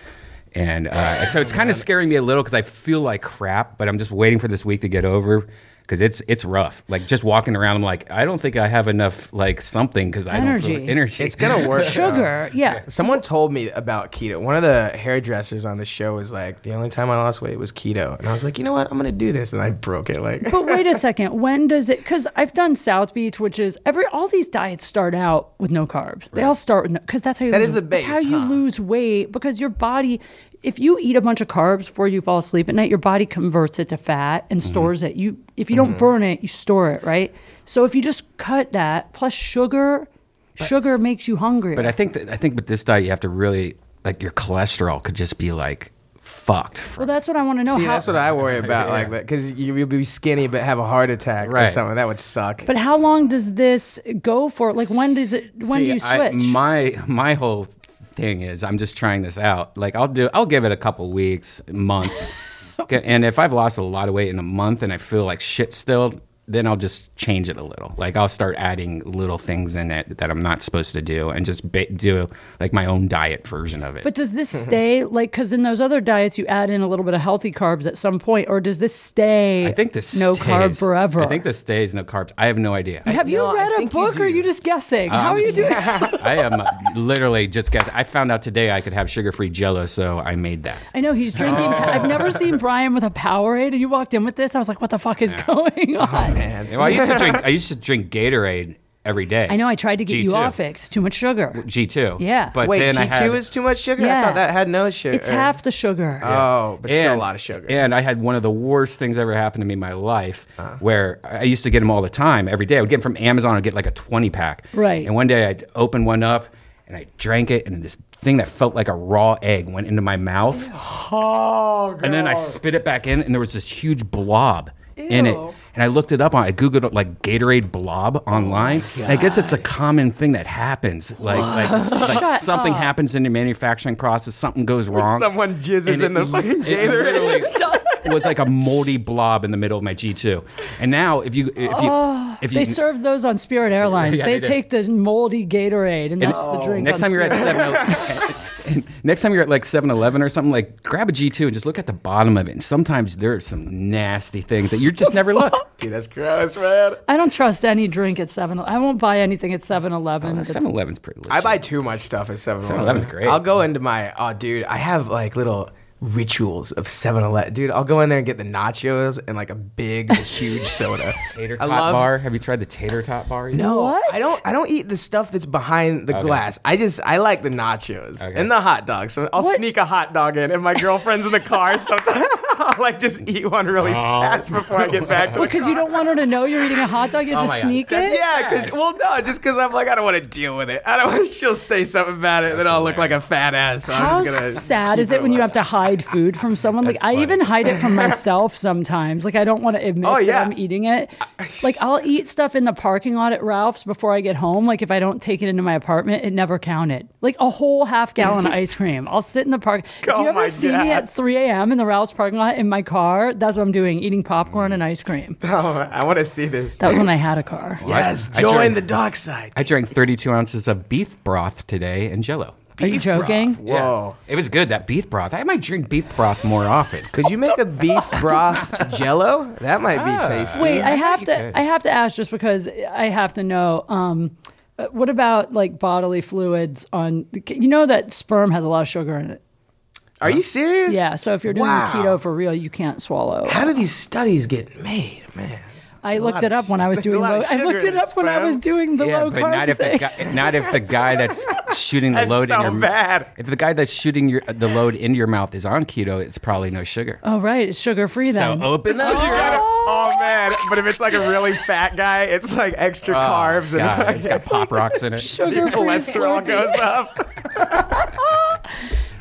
Speaker 2: And uh, so it's kind of scaring me a little because I feel like crap, but I'm just waiting for this week to get over because it's it's rough. Like just walking around, I'm like, I don't think I have enough like something because I don't feel
Speaker 1: Energy.
Speaker 2: energy.
Speaker 3: It's gonna work.
Speaker 1: Sugar, yeah.
Speaker 3: Someone told me about keto. One of the hairdressers on the show was like, "The only time I lost weight was keto," and I was like, "You know what? I'm gonna do this," and I broke it. Like,
Speaker 1: But wait a second. When does it? Because I've done South Beach, which is every all these diets start out with no carbs. They all start with no because that's how you
Speaker 3: That
Speaker 1: lose,
Speaker 3: is the
Speaker 1: that's how
Speaker 3: base,
Speaker 1: you
Speaker 3: huh?
Speaker 1: lose weight because your body. If you eat a bunch of carbs before you fall asleep at night, your body converts it to fat
Speaker 3: Mm-hmm.
Speaker 1: and stores it. You if you don't burn it, you store it, right? So if you just cut that plus sugar, sugar makes you hungry.
Speaker 2: But I think that I think with this diet, you have to really like your cholesterol could just be like fucked. For,
Speaker 1: well, that's what I want to know.
Speaker 3: see,
Speaker 1: how,
Speaker 3: that's what I worry about, like that, because you'll be skinny but have a heart attack or
Speaker 2: Right.
Speaker 3: something. That would suck.
Speaker 1: but how long does this go for? Like when does it? When
Speaker 2: See,
Speaker 1: do you switch?
Speaker 2: I, my my whole thing is I'm just trying this out. Like I'll do I'll give it a couple weeks, month, Okay, and if I've lost a lot of weight in a month and I feel like shit still. Then I'll just change it a little. Like I'll start adding little things in it that I'm not supposed to do, and just ba- do like my own diet version of it.
Speaker 1: But does this stay like because in those other diets you add in a little bit of healthy carbs at some point, or does this stay?
Speaker 2: I think this
Speaker 1: no
Speaker 2: stays,
Speaker 1: carb forever.
Speaker 2: I think this stays no carbs. I have no idea.
Speaker 1: Have you
Speaker 3: No, I
Speaker 1: read a
Speaker 3: think you
Speaker 1: book, or are
Speaker 3: do.
Speaker 1: you just guessing?
Speaker 2: Um,
Speaker 1: How are you doing?
Speaker 2: I am literally just guessing. I found out today I could have sugar-free Jello, so I made that.
Speaker 1: I know he's drinking. I've never seen Brian with a Powerade, and you walked in with this. I was like, what the fuck is
Speaker 2: Oh,
Speaker 1: going on?
Speaker 3: man,
Speaker 2: Well, I used to drink. I used to drink Gatorade every day.
Speaker 1: I know. I tried to get you
Speaker 2: G2.
Speaker 1: off it. 'cause It's too much sugar.
Speaker 2: G two.
Speaker 1: Yeah.
Speaker 2: But
Speaker 3: wait,
Speaker 2: then
Speaker 3: G
Speaker 2: I had,
Speaker 3: two is too much sugar. I
Speaker 1: Yeah.
Speaker 3: thought that had no sugar.
Speaker 1: It's half the sugar.
Speaker 2: Uh,
Speaker 3: Oh, but still a
Speaker 2: and-
Speaker 3: lot of sugar.
Speaker 2: And I had one of the worst things that ever happened to me in my life,
Speaker 3: Uh-huh.
Speaker 2: where I used to get them all the time, every day. I would get them from Amazon. I'd get like a twenty pack.
Speaker 1: Right.
Speaker 2: And one day I'd open one up, and I drank it, and this thing that felt like a raw egg went into my mouth.
Speaker 3: Oh, girl.
Speaker 2: And then I spit it back in, and there was this huge blob in it.
Speaker 1: Ew.
Speaker 2: And I looked it up on, I googled like Gatorade blob
Speaker 3: Oh
Speaker 2: online. and I guess it's a common thing that happens. Like, like, like something happens in the manufacturing process, something goes wrong.
Speaker 3: someone
Speaker 2: and
Speaker 3: jizzes in the fucking
Speaker 2: it literally was like a moldy blob in the middle of my G two. And now, if you, if you, if you,
Speaker 1: Oh, They serve those on Spirit Airlines.
Speaker 2: Yeah,
Speaker 1: they,
Speaker 2: they do.
Speaker 1: take the moldy Gatorade, and
Speaker 2: and
Speaker 1: that's
Speaker 3: Oh.
Speaker 1: the drink.
Speaker 2: Next
Speaker 1: on
Speaker 2: time you're
Speaker 1: Spirit.
Speaker 2: at seven, next time you're at like Seven Eleven or something, like grab a G two and just look at the bottom of it. And sometimes there are some nasty things that you just never look.
Speaker 3: Dude, that's gross, man.
Speaker 1: I don't trust any drink at 7 I won't buy anything at 7 Eleven.
Speaker 2: Seven Eleven's pretty. Legit.
Speaker 3: I buy too much stuff at 7 Eleven.
Speaker 2: 7-Eleven's great.
Speaker 3: I'll go into my, oh, dude, I have like little rituals of 7 Eleven. Dude, I'll go in there and get the nachos and like a big, huge soda.
Speaker 2: tater
Speaker 3: I
Speaker 2: tot
Speaker 3: love-
Speaker 2: bar. Have you tried the tater tot bar? yet?
Speaker 3: No,
Speaker 1: What?
Speaker 3: I don't. I don't eat the stuff that's behind the glass. I just I like the nachos
Speaker 2: Okay.
Speaker 3: and the hot dogs. So I'll
Speaker 1: What?
Speaker 3: sneak a hot dog in, and my girlfriend's in the car. Sometimes I'll like just eat one really
Speaker 2: Oh.
Speaker 3: fast before I get back to the
Speaker 1: Because you don't want her to know you're eating a hot dog. You have
Speaker 2: Oh
Speaker 1: to
Speaker 2: my God.
Speaker 1: sneak it.
Speaker 3: Yeah, because well, no, just because I'm like I don't want to deal with it. I don't. want She'll say something about it, then I'll look like a fat ass. So
Speaker 1: How
Speaker 3: I'm just gonna
Speaker 1: sad
Speaker 3: keep
Speaker 1: is it when you have to hide food from someone? Like
Speaker 2: That's
Speaker 1: I
Speaker 2: funny.
Speaker 1: even hide it from myself sometimes. Like I don't want to admit
Speaker 3: Oh, yeah.
Speaker 1: that I'm eating it. Like I'll eat stuff in the parking lot at Ralph's before I get home. Like if I don't take it into my apartment, it never counted. Like a whole half gallon of ice cream. I'll sit in the park. if
Speaker 3: Oh,
Speaker 1: you ever
Speaker 3: my
Speaker 1: see me
Speaker 3: God.
Speaker 1: at 3 a.m. in the Ralph's parking lot in my car, that's what I'm doing: eating popcorn and ice cream.
Speaker 3: Oh, I want to see this.
Speaker 1: That was when I had a car.
Speaker 3: yes,
Speaker 2: I- I
Speaker 3: join
Speaker 2: joined-
Speaker 3: the dark side.
Speaker 2: I drank 32 ounces of beef broth today and Jello.
Speaker 1: Are you joking?
Speaker 3: Whoa.
Speaker 2: it was good. That beef broth. I might drink beef broth more often.
Speaker 3: Could you make a beef broth jello? That might be tasty.
Speaker 1: Wait, I have
Speaker 2: you
Speaker 1: to.
Speaker 2: could.
Speaker 1: I have to ask just because I have to know. Um, uh, what about like bodily fluids? On you know that sperm has a lot of sugar in it.
Speaker 3: Are you serious?
Speaker 1: Yeah, so if you're doing
Speaker 3: Wow.
Speaker 1: keto for real, you can't swallow.
Speaker 3: How do these studies get made, man?
Speaker 1: I
Speaker 3: lot
Speaker 1: looked it
Speaker 3: of
Speaker 1: up when I was
Speaker 3: there's a
Speaker 1: doing.
Speaker 3: lot
Speaker 1: Low,
Speaker 3: of
Speaker 1: I
Speaker 3: sugar
Speaker 1: looked
Speaker 3: in
Speaker 1: it up when I
Speaker 3: sperm.
Speaker 1: was doing the
Speaker 2: yeah,
Speaker 1: low
Speaker 2: but
Speaker 1: carb
Speaker 2: not if
Speaker 1: thing.
Speaker 2: the guy, not if the guy that's shooting the
Speaker 3: That's
Speaker 2: load
Speaker 3: so
Speaker 2: in your
Speaker 3: bad.
Speaker 2: if the guy that's shooting your the load into your mouth is on keto, it's probably no sugar.
Speaker 1: oh right, it's sugar free
Speaker 2: so
Speaker 1: then.
Speaker 2: open up.
Speaker 3: You
Speaker 2: your-
Speaker 3: gotta- oh man! But if it's like a really fat guy, it's like extra carbs and
Speaker 2: God,
Speaker 3: like,
Speaker 2: it's got pop rocks in it.
Speaker 1: Sugar free
Speaker 3: cholesterol goes up.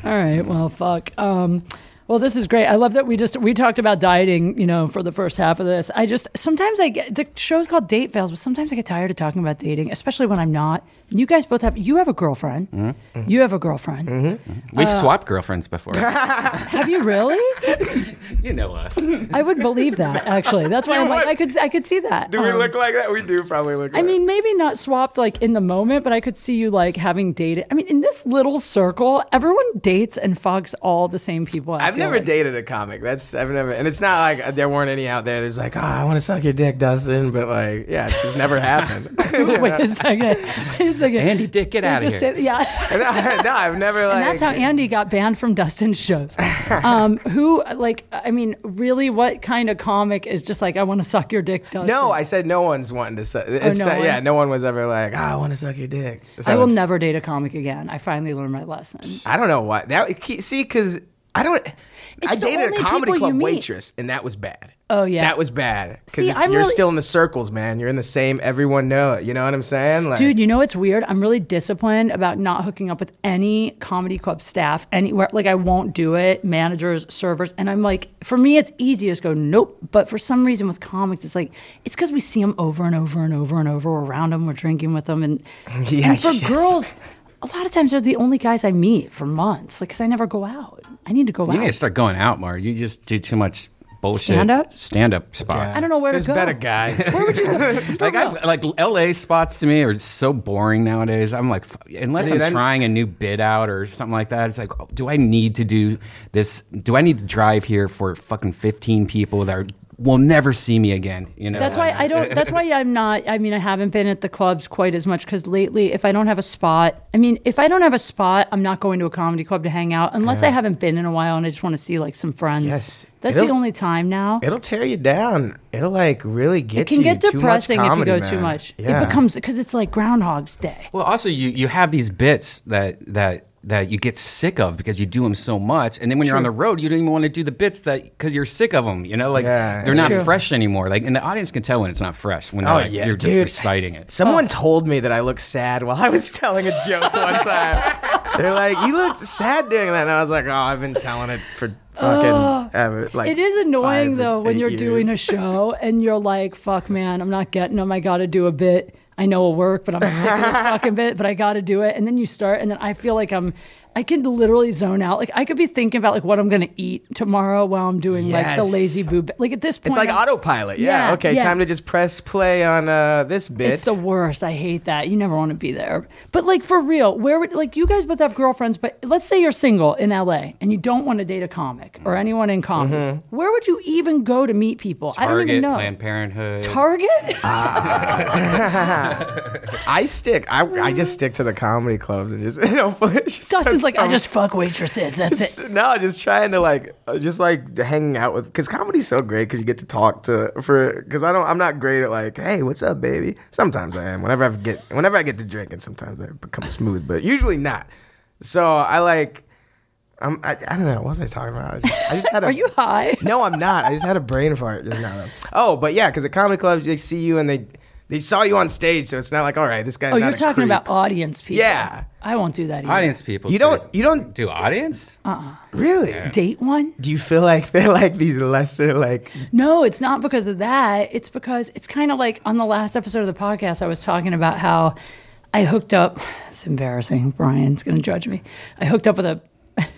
Speaker 1: All right. Well, fuck. Um, well, this is great. I love that we just we talked about dieting, you know, for the first half of this. I just sometimes I get the show's called Date Fails, but sometimes I get tired of talking about dating, especially when I'm not. And you guys both have you have a girlfriend.
Speaker 3: Mm-hmm.
Speaker 1: Mm-hmm. You have a girlfriend.
Speaker 2: We've
Speaker 1: Uh.
Speaker 2: swapped girlfriends before.
Speaker 1: Have you really?
Speaker 2: you know us.
Speaker 1: I would believe that actually. That's why I'm like
Speaker 3: would.
Speaker 1: I could I could see that.
Speaker 3: Do we
Speaker 1: Um,
Speaker 3: look like that? We do probably look.
Speaker 1: I mean, maybe not swapped like in the moment, but I could see you like having dated. I mean, in this little circle, everyone dates and fucks all the same people. I
Speaker 3: I've
Speaker 1: feel
Speaker 3: never
Speaker 1: like.
Speaker 3: dated a comic. That's I've never, and it's not like there weren't any out there. There's like, oh, I want to suck your dick, Dustin, but like, yeah, it's just never happened.
Speaker 1: Wait a second. Wait a second.
Speaker 2: Andy Dick, get
Speaker 1: They
Speaker 2: out of
Speaker 1: just
Speaker 2: here.
Speaker 1: said- yeah.
Speaker 3: no, I've never like.
Speaker 1: And that's how Andy got banned from Dustin's shows. Um, who, like, I mean, really, what kind of comic is just like, I want to suck your dick, Dustin?
Speaker 3: No, I said no one's wanting to suck. It's
Speaker 1: Oh, no
Speaker 3: not, yeah,
Speaker 1: one?
Speaker 3: no one was ever like, "Ah, I want to suck your dick. So
Speaker 1: I will
Speaker 3: it's-
Speaker 1: never date a comic again. I finally learned my lesson.
Speaker 3: I don't know why. That see, because I don't. I
Speaker 1: the
Speaker 3: dated
Speaker 1: only
Speaker 3: a comedy
Speaker 1: people you
Speaker 3: club
Speaker 1: meet.
Speaker 3: waitress, and that was bad.
Speaker 1: Oh, yeah.
Speaker 3: that was bad because
Speaker 1: See,
Speaker 3: you're
Speaker 1: I'm really-
Speaker 3: still in the circles, man. You're in the same. Everyone know it. You know what I'm saying? Like,
Speaker 1: Dude, you know what's weird? I'm really disciplined about not hooking up with any comedy club staff anywhere. Like I won't do it. Managers, servers, and I'm like, for me, it's easy to just go nope. But for some reason with comics, it's like it's because we see them over and over and over and over. We're around them. We're drinking with them, and,
Speaker 3: Yeah,
Speaker 1: and for
Speaker 3: yes.
Speaker 1: girls, a lot of times they're the only guys I meet for months. Like because I never go out. I need to go
Speaker 2: You
Speaker 1: out.
Speaker 2: need to start going out more. You just do too much bullshit.
Speaker 1: Stand-up?
Speaker 2: Stand-up spots.
Speaker 1: I don't know where
Speaker 3: there's
Speaker 1: to go.
Speaker 3: better guys.
Speaker 1: Where would you go? For
Speaker 2: Like
Speaker 1: real.
Speaker 2: I've, like LA spots to me are so boring nowadays. I'm like, f- unless
Speaker 3: Dude,
Speaker 2: I'm
Speaker 3: I'm-
Speaker 2: trying a new bit out or something like that, it's like, oh, do I need to do this? Do I need to drive here for fucking 15 people that are, will never see me again? You know,
Speaker 1: That's why I don't. That's why I'm not. I mean, I haven't been at the clubs quite as much because lately, if I don't have a spot, I mean, if I don't have a spot, I'm not going to a comedy club to hang out unless I haven't been in a while and I just want to see like some friends.
Speaker 3: Yes.
Speaker 1: that's the
Speaker 3: It'll-
Speaker 1: only time now.
Speaker 3: It'll tear you down. It'll like really get
Speaker 1: It can
Speaker 3: you.
Speaker 1: get
Speaker 3: Too much
Speaker 1: depressing if you
Speaker 3: comedy,
Speaker 1: go too
Speaker 3: man.
Speaker 1: much.
Speaker 3: Yeah.
Speaker 1: It becomes because it's like Groundhog's Day.
Speaker 2: Well, also you you have these bits that that that you get sick of because you do them so much, and then when you're on the road, you don't even want to do the bits that because you're sick of them. You know, like
Speaker 3: Yeah,
Speaker 2: they're
Speaker 3: it's
Speaker 2: not
Speaker 1: true.
Speaker 2: fresh anymore. Like, and the audience can tell when it's not fresh when they're
Speaker 3: Oh,
Speaker 2: like,
Speaker 3: yeah,
Speaker 2: you're just
Speaker 3: dude.
Speaker 2: reciting it.
Speaker 3: Someone told me that I looked sad while I was telling a joke one time. They're like, "You looked sad doing that," and I was like, "Oh, I've been telling it for fucking ever." Like,
Speaker 1: It is annoying
Speaker 3: five or
Speaker 1: though when
Speaker 3: eight
Speaker 1: you're doing a
Speaker 3: years.
Speaker 1: show and you're like, "Fuck, man, I'm not getting them. I got to do a bit. I know it'll work, but I'm sick of this fucking bit. But I got to do it." And then you start, and then I feel like I'm, I can literally zone out. Like I could be thinking about like what I'm gonna eat tomorrow while I'm doing like the
Speaker 3: Yes.
Speaker 1: lazy boo. Bit. Like at this point,
Speaker 3: It's like
Speaker 1: I'm-
Speaker 3: autopilot. Yeah.
Speaker 1: Yeah,
Speaker 3: okay.
Speaker 1: yeah.
Speaker 3: Time to just press play on uh, this bit.
Speaker 1: It's the worst. I hate that. You never want to be there. But like for real, where would like you guys both have girlfriends, but let's say you're single in LA and you don't want to date a comic or anyone in comedy.
Speaker 3: Mm-hmm.
Speaker 1: Where would you even go to meet people? I don't even
Speaker 2: Target,
Speaker 1: know.
Speaker 2: Planned Parenthood.
Speaker 1: Target?
Speaker 3: I stick. I, I just stick to the comedy clubs and just hopefully. it's just
Speaker 1: Dustin's like, I
Speaker 3: some-
Speaker 1: just fuck waitresses. That's it.
Speaker 3: No, just trying to like, uh, just like hanging out with, because comedy's so great because you get to talk to for, because I don't, I'm not great at like, hey, what's up, baby. Sometimes I am. Whenever I get, whenever I get to drinking, sometimes I become smooth, but usually not. So I like, I'm, I, I don't know, what was I talking about? I just, I just had a.
Speaker 1: Are you high?
Speaker 3: No, I'm not. I just had a brain fart just now. Oh, but yeah, because at comedy clubs they see you and they they saw you on stage, so it's not like all right, this guy's.
Speaker 1: Oh,
Speaker 3: not
Speaker 1: you're
Speaker 3: a
Speaker 1: talking
Speaker 3: creep.
Speaker 1: about audience people.
Speaker 3: Yeah.
Speaker 1: I won't do that either.
Speaker 2: Audience people.
Speaker 3: You don't. You don't
Speaker 2: do audience.
Speaker 3: really.
Speaker 1: Date one?
Speaker 3: Do you feel like they're like these lesser like?
Speaker 1: No, it's not because of that. It's because it's kind of like on the last episode of the podcast, I was talking about how I hooked up. It's embarrassing. Brian's going to judge me. I hooked up with a,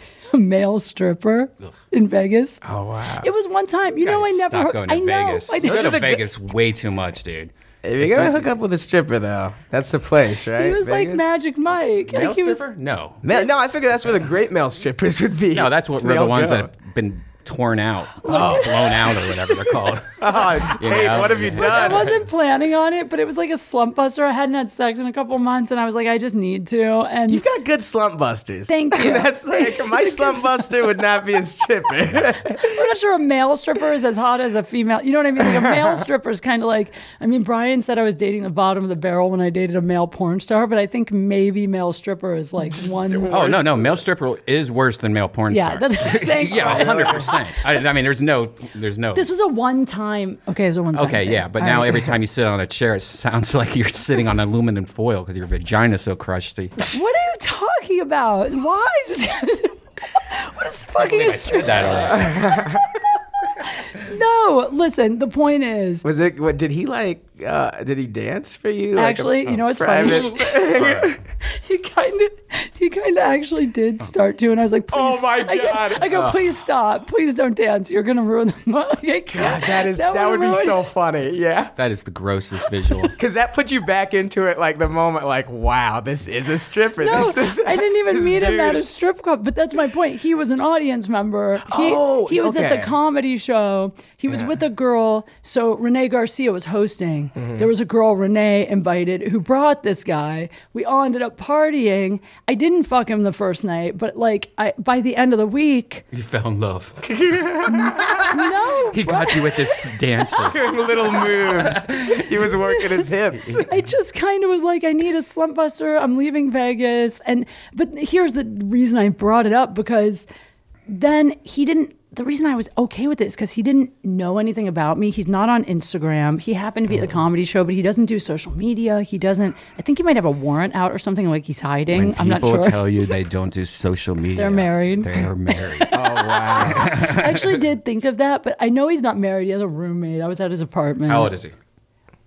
Speaker 1: a male stripper in Vegas.
Speaker 3: Oh wow.
Speaker 1: It was one time. You know, I never.
Speaker 2: Stop
Speaker 1: hook-
Speaker 2: going to
Speaker 1: I know.
Speaker 2: Vegas.
Speaker 1: I
Speaker 2: You
Speaker 1: know.
Speaker 2: go
Speaker 3: are
Speaker 2: to
Speaker 3: the good-
Speaker 2: Vegas way too much, dude.
Speaker 3: If you're gonna hook up with a stripper though, that's the place, right?
Speaker 1: He was like
Speaker 3: Vegas?
Speaker 1: Magic Mike.
Speaker 2: Male
Speaker 1: like he was
Speaker 2: stripper? No.
Speaker 3: Ma- no, I figure that's where the great male strippers would be.
Speaker 2: No, that's what
Speaker 3: So
Speaker 2: were
Speaker 3: they
Speaker 2: the
Speaker 3: all
Speaker 2: ones
Speaker 3: go.
Speaker 2: that have been torn out, oh, blown out, or whatever they're called.
Speaker 3: Oh,
Speaker 2: You
Speaker 3: Dave,
Speaker 2: know?
Speaker 3: what have you
Speaker 2: Yeah.
Speaker 1: I
Speaker 3: done?
Speaker 1: wasn't planning on it, but it was like a slump buster. I hadn't had sex in a couple months, and I was like, I just need to. And
Speaker 3: You've got good slump busters.
Speaker 1: Thank you.
Speaker 3: that's like my slump buster would not be as chipper.
Speaker 1: I'm not sure a male stripper is as hot as a female. You know what I mean? Like a male stripper is kind of like. I mean, Brian said I was dating the bottom of the barrel when I dated a male porn star, but I think maybe male stripper is like one.
Speaker 2: Oh no, no, male stripper is worse than male porn
Speaker 1: Yeah,
Speaker 2: star.
Speaker 1: that's- thanks,
Speaker 2: yeah,
Speaker 1: Ryan.
Speaker 2: hundred percent. I, I mean, there's no, there's no.
Speaker 1: Oh, This was a one time. Okay, it was a one time.
Speaker 2: okay, yeah, but now every time you sit on a chair, it sounds like you're sitting on aluminum foil because your vagina's so crusty.
Speaker 1: What are you talking about? Why? what is fucking a stripper?
Speaker 2: That already.
Speaker 1: No, listen. The point is,
Speaker 3: Was it? What did he like? Uh, did he dance for you? Like a-
Speaker 1: Actually, you know what's
Speaker 3: private-
Speaker 1: he kind of, he kind of actually did start to, and I was like, please,
Speaker 3: Oh my
Speaker 1: I go,
Speaker 3: God.
Speaker 1: I go, please stop, please don't dance. You're gonna ruin the. Like, I
Speaker 3: God,
Speaker 1: can't.
Speaker 3: that is that, would be
Speaker 1: ruin-
Speaker 3: so funny. Yeah.
Speaker 2: That is the grossest visual.
Speaker 3: Because that puts you back into it, like the moment, like, wow, this is a stripper.
Speaker 1: No,
Speaker 3: this is,
Speaker 1: I didn't even
Speaker 3: this
Speaker 1: meet him at
Speaker 3: dude.
Speaker 1: a strip club, but that's my point. He was an audience member. He,
Speaker 3: Oh,
Speaker 1: he was at the
Speaker 3: okay.
Speaker 1: comedy show. He was with a girl. So Renee Garcia was hosting.
Speaker 3: Mm-hmm.
Speaker 1: There was a girl Renee invited who brought this guy. We all ended up partying. I didn't fuck him the first night, but like I, by the end of the week,
Speaker 2: you fell in love.
Speaker 1: no,
Speaker 2: He got you with his dances.
Speaker 3: doing little moves. he was working his hips.
Speaker 1: I just kind of was like, I need a slump buster. I'm leaving Vegas. And but here's the reason I brought it up because then he didn't. The reason I was okay with this because he didn't know anything about me. He's not on Instagram. He happened to be at
Speaker 2: Oh.
Speaker 1: the comedy show, but he doesn't do social media. He doesn't. I think he might have a warrant out or something like he's hiding.
Speaker 2: When people
Speaker 1: I'm not sure.
Speaker 2: tell you they don't do social media,
Speaker 1: They're married.
Speaker 2: They are married.
Speaker 3: Oh wow!
Speaker 1: I actually did think of that, but I know he's not married. He has a roommate. I was at his apartment.
Speaker 2: How old is he?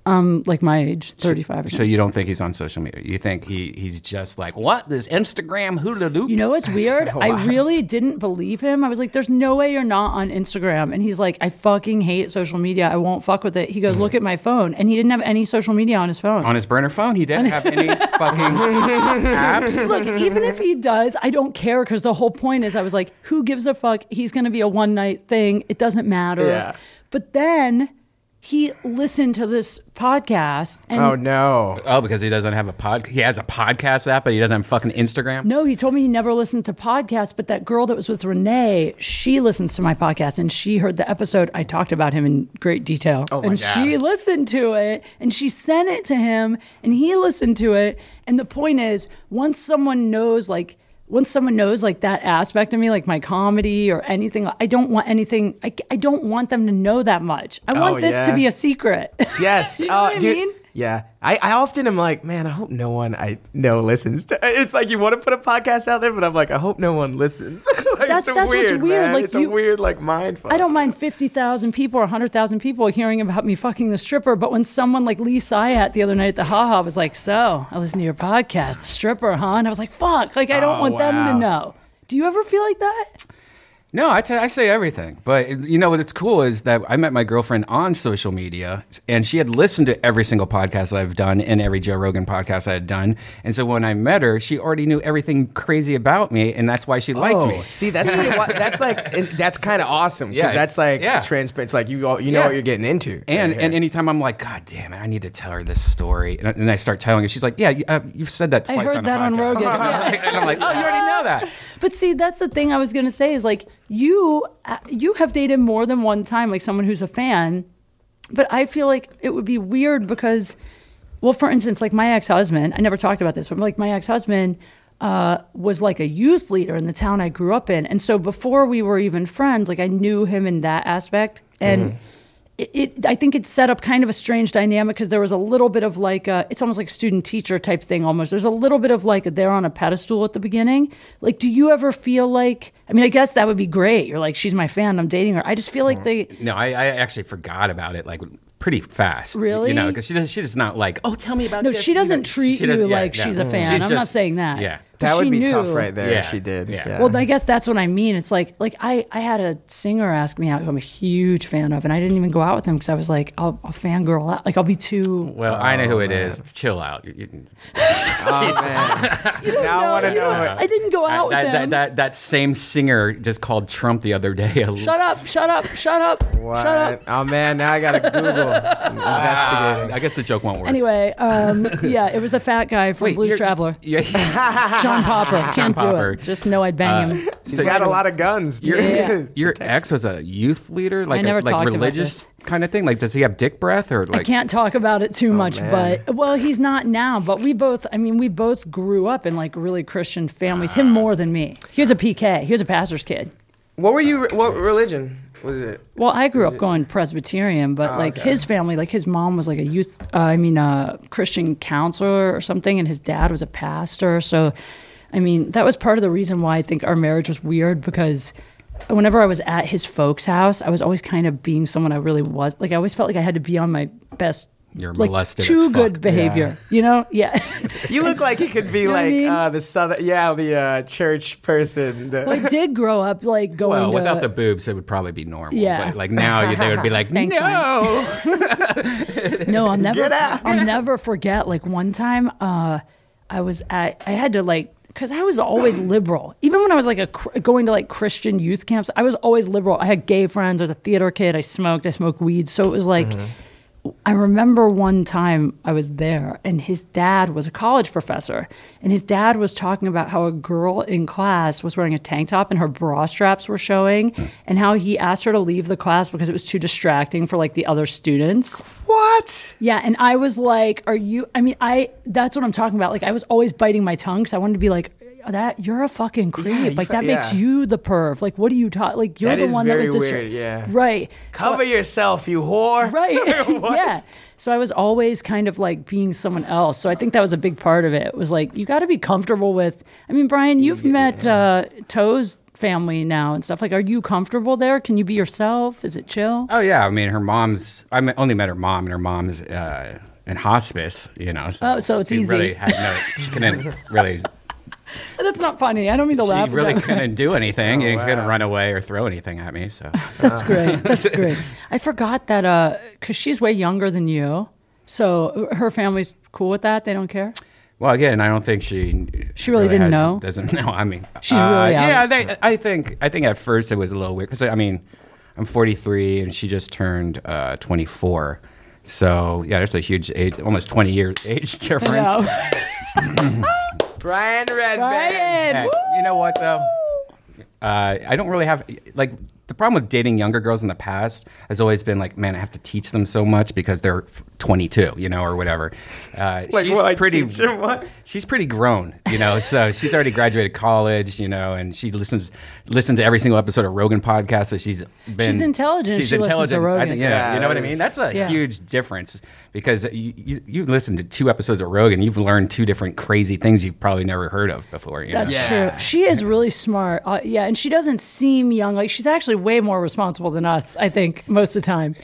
Speaker 1: Um, like my age, 35 or something.
Speaker 2: So you don't think he's on social media? You think he he's just like what this Instagram hula loops?
Speaker 1: You know what's weird? I really didn't believe him. I was like, there's no way you're not on Instagram. And he's like, I fucking hate social media. I won't fuck with it. He goes, look at my phone. And he didn't have any social media on his phone.
Speaker 2: on his burner phone. He didn't have any fucking apps.
Speaker 1: Look, even if he does, I don't care because the whole point is I was like, who gives a fuck? He's going to be a one night thing. It doesn't matter.
Speaker 3: Yeah.
Speaker 1: But then he listened to this podcast and
Speaker 3: Oh no!
Speaker 2: Oh, because he doesn't have a pod. He has a podcast app, but he doesn't have fucking Instagram.
Speaker 1: No, he told me he never listened to podcasts, but that girl that was with Renee, she listens to my podcast and she heard the episode. I talked about him in great detail.
Speaker 3: Oh my
Speaker 1: and
Speaker 3: God.
Speaker 1: she listened to it and she sent it to him and he listened to it. And the point is, once someone knows, like, once someone knows like that aspect of me, like my comedy or anything, I don't want anything. I, I don't want them to know that much. I want this to
Speaker 3: Oh, yeah.
Speaker 1: be a secret.
Speaker 3: Yes.
Speaker 1: You know
Speaker 3: uh,
Speaker 1: what I
Speaker 3: dude,
Speaker 1: mean?
Speaker 3: Yeah. I, I often am like, man, I hope no one I know listens. To, uh, it's like you want to put a podcast out there, but I'm like, I hope no one listens. like,
Speaker 1: That's-
Speaker 3: it's a
Speaker 1: that's what's
Speaker 3: weird,
Speaker 1: weird,
Speaker 3: man.
Speaker 1: like,
Speaker 3: it's
Speaker 1: you-
Speaker 3: a weird like mind.
Speaker 1: I don't mind 50,000 people or 100,000 people hearing about me fucking the stripper, but when someone like Lee Syatt the other night at the Ha Ha was like, So, I listened to your podcast, The Stripper, huh? And I was like, Fuck, like, I don't
Speaker 3: Oh,
Speaker 1: want them to
Speaker 3: wow.
Speaker 1: know. Do you ever feel like that?
Speaker 2: No, I tell- I say everything. But you know what's cool is that I met my girlfriend on social media, and she had listened to every single podcast I've done and every Joe Rogan podcast I had done. And so when I met her, she already knew everything crazy about me, and that's why she liked me.
Speaker 3: Oh, See, that's kinda why- that's like and that's kind of awesome
Speaker 2: Yeah.
Speaker 3: because that's like
Speaker 2: Yeah.
Speaker 3: transparent. It's like you all, you know
Speaker 2: Yeah.
Speaker 3: what you're getting into.
Speaker 2: And
Speaker 3: right
Speaker 2: and
Speaker 3: here.
Speaker 2: anytime I'm like, God damn it, I need to tell her this story, and, I- and I start telling her, she's like, Yeah, you, uh, you've said that
Speaker 1: I
Speaker 2: twice.
Speaker 1: heard
Speaker 2: on a
Speaker 1: that on
Speaker 2: podcast."
Speaker 1: Rogan.
Speaker 2: and, I'm like, and I'm like, Oh, you already know that.
Speaker 1: But see, that's the thing I was going to say is like you uh, you have dated more than one time like someone who's a fan, but I feel like it would be weird because well, for instance, like my ex-husband, I never talked about this, but like my ex-husband uh, was like a youth leader in the town I grew up in. And so before we were even friends, like I knew him in that aspect and it, it I think it set up kind of a strange dynamic because there was a little bit of like a, it's almost like student teacher type thing almost. There's a little bit of like they're on a pedestal at the beginning. Like, do you ever feel like? I mean, I guess that would be great. You're like, she's my fan. I'm dating her. I just feel like they.
Speaker 2: No, I, I actually forgot about it like pretty fast.
Speaker 1: Really?
Speaker 2: You know, because she does, she's not like, oh, tell me about
Speaker 1: No,
Speaker 2: this.
Speaker 1: she
Speaker 2: you know,
Speaker 1: doesn't treat
Speaker 2: she doesn't-
Speaker 1: you
Speaker 2: yeah,
Speaker 1: like
Speaker 2: no.
Speaker 1: she's a fan.
Speaker 2: She's
Speaker 1: I'm not
Speaker 2: just-
Speaker 1: saying that.
Speaker 2: Yeah.
Speaker 1: But
Speaker 3: that would
Speaker 1: she
Speaker 3: be
Speaker 1: knew.
Speaker 3: tough right there if
Speaker 2: Yeah.
Speaker 3: she did.
Speaker 2: Yeah.
Speaker 3: yeah.
Speaker 1: Well, I guess that's what I mean. It's like, like I, I had a singer ask me out who I'm a huge fan of, and I didn't even go out with him because I was like, I'll, I'll fangirl out. Like, I'll be too.
Speaker 2: Well, I know who
Speaker 1: Oh,
Speaker 2: it is. Chill out. You- you-
Speaker 3: Oh, man. now I
Speaker 1: No,
Speaker 3: want to
Speaker 1: you
Speaker 3: know.
Speaker 1: don't-
Speaker 3: it.
Speaker 1: I didn't go out with
Speaker 2: that,
Speaker 1: him.
Speaker 2: that, that, that same singer just called Trump the other day.
Speaker 1: shut up! Shut up! Shut up!
Speaker 3: What?
Speaker 1: Shut up!
Speaker 3: Oh man, now I gotta Google some investigating.
Speaker 2: I guess the joke won't work.
Speaker 1: Anyway, um, yeah, it was the fat guy from
Speaker 2: Wait,
Speaker 1: Blues
Speaker 2: you're-
Speaker 1: Traveler,
Speaker 2: Yeah,
Speaker 1: John Popper. Can't do
Speaker 2: Popper. Uh,
Speaker 1: it. Just know I'd bang him.
Speaker 3: She's
Speaker 2: So
Speaker 3: got
Speaker 2: you-
Speaker 3: a lot of guns. Dude.
Speaker 2: Your,
Speaker 1: Yeah.
Speaker 2: your ex was a youth leader, like
Speaker 1: never
Speaker 2: a, like
Speaker 1: talked about
Speaker 2: religious kind of thing. Like, does he have dick breath or like? Oh,
Speaker 1: I can't talk about it too much,
Speaker 3: man.
Speaker 1: but well, he's not now. But we both, I mean, we both grew up in like really Christian families.
Speaker 2: Ah.
Speaker 1: Him more than me. He was a PK. He was a pastor's kid.
Speaker 3: What were you? What religion was it? Ah,
Speaker 1: Well, I grew up going Presbyterian, but like
Speaker 3: okay.
Speaker 1: his family, like his mom was like a youth, uh, I mean, a Christian counselor or something, and his dad was a pastor. So, I mean, that was part of the reason why I think our marriage was weird because whenever I was at his folks' house, I was always kind of being someone I really was. Like I always felt like I had to be on my best.
Speaker 2: You're
Speaker 1: like,
Speaker 2: molested
Speaker 1: Too
Speaker 2: as
Speaker 1: good
Speaker 2: fuck.
Speaker 1: behavior. You know? Yeah.
Speaker 3: You look like you could be
Speaker 1: know what I
Speaker 3: like
Speaker 1: mean?
Speaker 3: uh, the southern, yeah, the uh, church person. The,
Speaker 1: I did grow up like going
Speaker 2: Well,
Speaker 1: to
Speaker 2: without the boobs, it would probably be normal.
Speaker 1: Yeah.
Speaker 2: But like now, you- they would be like,
Speaker 1: Thanks,
Speaker 2: no.
Speaker 1: No, I'll never.
Speaker 3: Get out.
Speaker 1: I'll never forget. Like one time, uh, I was at. I had to like because I was always liberal. Even when I was like a cr- going to like Christian youth camps, I was always liberal. I had gay friends. I was a theater kid. I smoked. I smoked weed. So it was like.
Speaker 3: Mm-hmm.
Speaker 1: I remember one time I was there and his dad was a college professor and his dad was talking about how a girl in class was wearing a tank top and her bra straps were showing and how he asked her to leave the class because it was too distracting for like the other students.
Speaker 3: what?
Speaker 1: Yeah, and I was like, "Are you?" I mean, I that's what I'm talking about. Like, I was always biting my tongue because I wanted to be like, "That you're a fucking creep.
Speaker 3: you
Speaker 1: like
Speaker 3: fu-
Speaker 1: that makes
Speaker 3: yeah.
Speaker 1: you the perv. Like, what are you talking? Like, you're
Speaker 3: That
Speaker 1: the
Speaker 3: is
Speaker 1: one that was
Speaker 3: very
Speaker 1: distra-
Speaker 3: weird, yeah.
Speaker 1: right. So
Speaker 3: Cover yourself, you whore.
Speaker 1: right
Speaker 3: What?
Speaker 1: yeah so i was always kind of like being someone else so i think that was a big part of it, it was like you got to be comfortable with i mean brian you've met uh toes family now and stuff like are you comfortable there can you be yourself is it chill
Speaker 2: Oh yeah, I mean her mom's. I me- only met her mom, and her mom's uh, in hospice. You know, so,
Speaker 1: Oh, so it's
Speaker 2: she
Speaker 1: easy.
Speaker 2: Really had no, she couldn't really.
Speaker 1: that's not funny i don't mean to laugh
Speaker 2: She
Speaker 1: at
Speaker 2: really
Speaker 1: that.
Speaker 2: couldn't do anything. and
Speaker 3: wow.
Speaker 2: couldn't run away or throw anything at me. So
Speaker 1: that's great that's great i forgot that uh because she's way younger than you so her family's cool with that they don't care
Speaker 2: Well, again, I don't think she.
Speaker 1: She really didn't know?
Speaker 2: Doesn't know. I mean, Uh,
Speaker 1: She's really out.
Speaker 2: Yeah, they, I think. I think at first it was a little weird because I mean, I'm 43 and she just turned uh, 24. So yeah, there's a huge age, almost 20 years age difference.
Speaker 1: No.
Speaker 3: Brian Redman.
Speaker 1: Brian,
Speaker 2: Hey,
Speaker 1: woo!
Speaker 2: you know what though? Uh, I don't really have like the problem with dating younger girls in the past has always been like, man, I have to teach them so much because they're 22, you know, or whatever. Uh,
Speaker 3: Like,
Speaker 2: she's
Speaker 3: well, I
Speaker 2: pretty.
Speaker 3: teach them what?
Speaker 2: She's pretty grown, you know. So she's already graduated college, you know, and she listens listened to every single episode of Rogan podcast. So she's been
Speaker 1: She's intelligent.
Speaker 2: She's
Speaker 1: She listens to
Speaker 2: intelligent. I
Speaker 1: Rogan.
Speaker 2: think, yeah,
Speaker 3: Yeah,
Speaker 2: you know what I
Speaker 3: that
Speaker 2: mean.
Speaker 3: is-
Speaker 2: That's a
Speaker 1: Yeah.
Speaker 2: huge difference because you, you you listened to two episodes of Rogan, you've learned two different crazy things you've probably never heard of before. You know?
Speaker 1: That's
Speaker 3: Yeah.
Speaker 1: true. She is really smart. Uh, yeah, and she doesn't seem young. Like she's actually way more responsible than us. I think most of the time.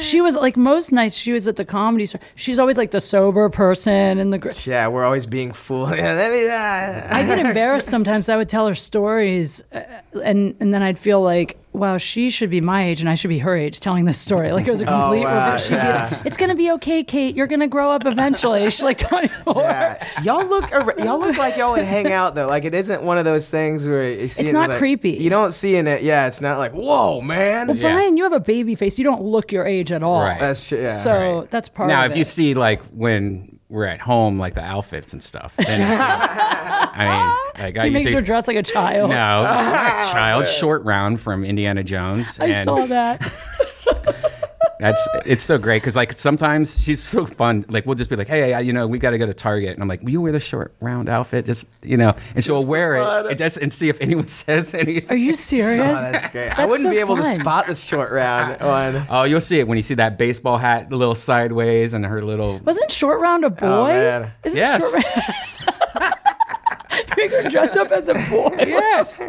Speaker 1: She was like most nights she was at the comedy store. She's always like the sober person and the. Gr-
Speaker 3: Yeah, we're always being fooled. Yeah, let me, uh,
Speaker 1: I get embarrassed sometimes. I would tell her stories, uh, and and then I'd feel like, wow, she should be my age and I should be her age telling this story. Like it was a complete.
Speaker 3: Oh, wow,
Speaker 1: reverse. She'd be like, it's gonna be okay, Kate. You're gonna grow up eventually. She's like 24.
Speaker 3: yeah. Y'all look ar- y'all look like y'all would hang out though. Like it isn't one of those things where you see
Speaker 1: It's
Speaker 3: it,
Speaker 1: not
Speaker 3: like-
Speaker 1: creepy.
Speaker 3: You don't see in it. Yeah, it's not like whoa, man.
Speaker 2: Yeah.
Speaker 1: Brian, you have a baby face. You don't look your age at all.
Speaker 2: Right.
Speaker 3: That's shit. Yeah.
Speaker 1: So that's part
Speaker 2: now,
Speaker 1: of
Speaker 2: if
Speaker 1: it.
Speaker 2: you see like when we're at home, like the outfits and stuff. Then it's, I mean, like I
Speaker 1: He makes her
Speaker 2: usually
Speaker 1: dress like a child.
Speaker 2: no not a child short round from Indiana Jones.
Speaker 1: I saw that.
Speaker 2: That's it's so great because like sometimes she's so fun. Like we'll just be like, hey, I- you know, we got to go to Target, and I'm like, will you wear the short round outfit? Just you know, and she'll wear
Speaker 3: fun.
Speaker 2: it and, just, and see if anyone says
Speaker 1: Are
Speaker 2: anything.
Speaker 1: you serious?
Speaker 3: Oh, that's great. I wouldn't
Speaker 1: so
Speaker 3: be able
Speaker 1: fun.
Speaker 3: to spot this short round one.
Speaker 2: Oh, you'll see it when you see that baseball hat, a little sideways, and her little.
Speaker 1: Wasn't short round a boy?
Speaker 3: man.
Speaker 1: Isn't
Speaker 2: Oh, Yes.
Speaker 1: short round? Make her dress up as a boy. Yes.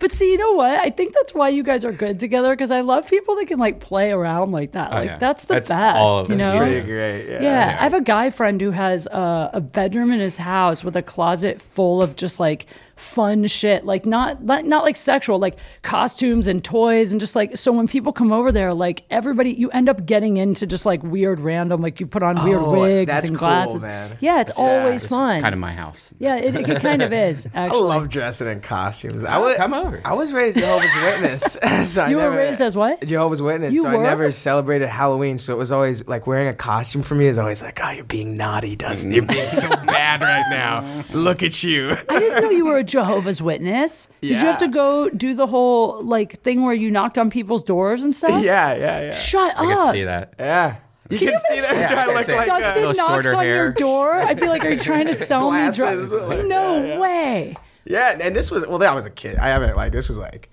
Speaker 1: But see, you know what? I think that's why you guys are good together because I love people that can like play around like that. like
Speaker 2: Oh, yeah.
Speaker 1: that's the
Speaker 2: That's
Speaker 1: best.
Speaker 2: all of
Speaker 1: you
Speaker 2: us,
Speaker 1: know.
Speaker 3: Pretty great. Yeah.
Speaker 1: Yeah, I have a guy friend who has uh, a bedroom in his house with a closet full of just like fun shit, like not not, not like sexual, like costumes and toys and just like so when people come over there, like everybody you end up getting into just like weird random, like you put on weird
Speaker 3: Oh,
Speaker 1: wigs
Speaker 3: that's
Speaker 1: and
Speaker 3: cool,
Speaker 1: glasses.
Speaker 3: man.
Speaker 1: Yeah, it's
Speaker 3: Yeah,
Speaker 1: always
Speaker 3: it's
Speaker 1: fun.
Speaker 2: Kind of my house.
Speaker 1: yeah, it, it kind of is
Speaker 3: I
Speaker 1: actually.
Speaker 3: love dressing in costumes. I was,
Speaker 2: Oh, come over.
Speaker 3: I was raised Jehovah's Witness. so I
Speaker 1: You were
Speaker 3: never-
Speaker 1: raised as what?
Speaker 3: Jehovah's Witness.
Speaker 1: You
Speaker 3: so
Speaker 1: were?
Speaker 3: I never celebrated Halloween. So it was always like wearing a costume for me is always like, oh, you're being naughty, Dustin. You're being so bad right now. Look at you.
Speaker 1: I didn't know you were a Jehovah's Witness. Did you have to
Speaker 3: Yeah.
Speaker 1: go do the whole like thing where you knocked on people's doors and stuff?
Speaker 3: yeah, yeah, yeah.
Speaker 1: Shut
Speaker 2: I
Speaker 1: up.
Speaker 2: could see that.
Speaker 3: yeah. You can, see that. I'm trying to look
Speaker 2: that's it.
Speaker 3: like
Speaker 2: Dustin-
Speaker 1: Dustin
Speaker 3: a-
Speaker 2: Little
Speaker 1: knocks
Speaker 2: shorter
Speaker 1: on your
Speaker 2: hair.
Speaker 1: door, I'd be like, "Are you trying to sell me drugs?"
Speaker 3: Glasses, like,
Speaker 1: no
Speaker 3: yeah, yeah.
Speaker 1: way.
Speaker 3: Yeah, and this was well. I was a kid. I haven't like this was like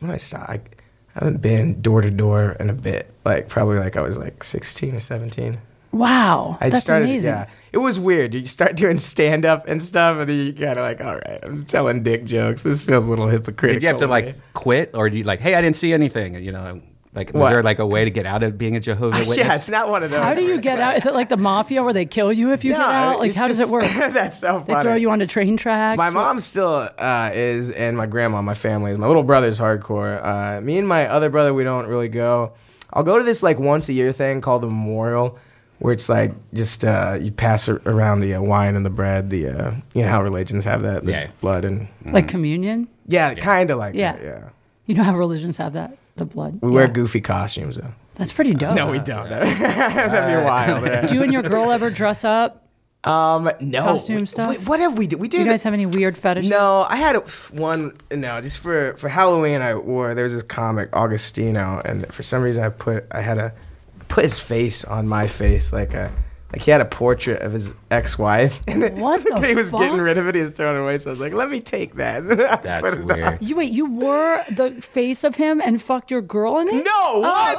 Speaker 3: when I stopped. I haven't been door to door in a bit. Like probably like I was like sixteen or seventeen.
Speaker 1: Wow.
Speaker 3: I
Speaker 1: that's
Speaker 3: started,
Speaker 1: amazing.
Speaker 3: yeah. It was weird. You start doing stand up and stuff, and then you kind of like, all right, I'm telling dick jokes. This feels a little hypocritical.
Speaker 2: Did you have to
Speaker 3: to
Speaker 2: like
Speaker 3: me."
Speaker 2: quit, or do you like, hey, I didn't see anything? You know, like, was
Speaker 3: What?
Speaker 2: there like a way to get out of being a Jehovah Witness?
Speaker 3: Yeah, it's not one of those.
Speaker 1: How do
Speaker 3: where
Speaker 1: you
Speaker 3: it's
Speaker 1: get out? Is it like the mafia where they kill you if you
Speaker 3: No,
Speaker 1: get out? Like,
Speaker 3: it's
Speaker 1: how does
Speaker 3: just-
Speaker 1: it work?
Speaker 3: that's so funny.
Speaker 1: They throw you on the train tracks.
Speaker 3: My mom still uh, is, and my grandma, my family. My little brother's hardcore. Uh, me and my other brother, we don't really go. I'll go to this like once a year thing called the memorial, where it's like just uh, you pass ar- around the uh, wine and the bread. The uh, you know how religions have that, the
Speaker 2: Yeah.
Speaker 3: blood and
Speaker 1: Like communion.
Speaker 3: yeah, kind of like
Speaker 1: Yeah.
Speaker 3: that, yeah.
Speaker 1: You know how religions have that? The blood.
Speaker 3: We wear
Speaker 1: Yeah.
Speaker 3: goofy costumes though.
Speaker 1: That's pretty dope.
Speaker 3: No, we don't. That'd be wild.
Speaker 1: Do you and your girl ever dress up?
Speaker 3: Um, no
Speaker 1: Costume stuff?
Speaker 3: Wait, what have we done? We did.
Speaker 1: Do you guys have any weird fetishes?
Speaker 3: No, I had a- one. No, just for for Halloween, I wore there was this comic Augustino, and for some reason, I put I had a put his face on my face like a. Like he had a portrait of his ex-wife, and it-
Speaker 1: What the
Speaker 3: he was getting
Speaker 1: fuck?
Speaker 3: rid of it. He was throwing it away, so I was like, "Let me take that." That's
Speaker 2: That's weird.
Speaker 1: You wait. You wore the face of him and fucked your girl in it.
Speaker 3: No, what?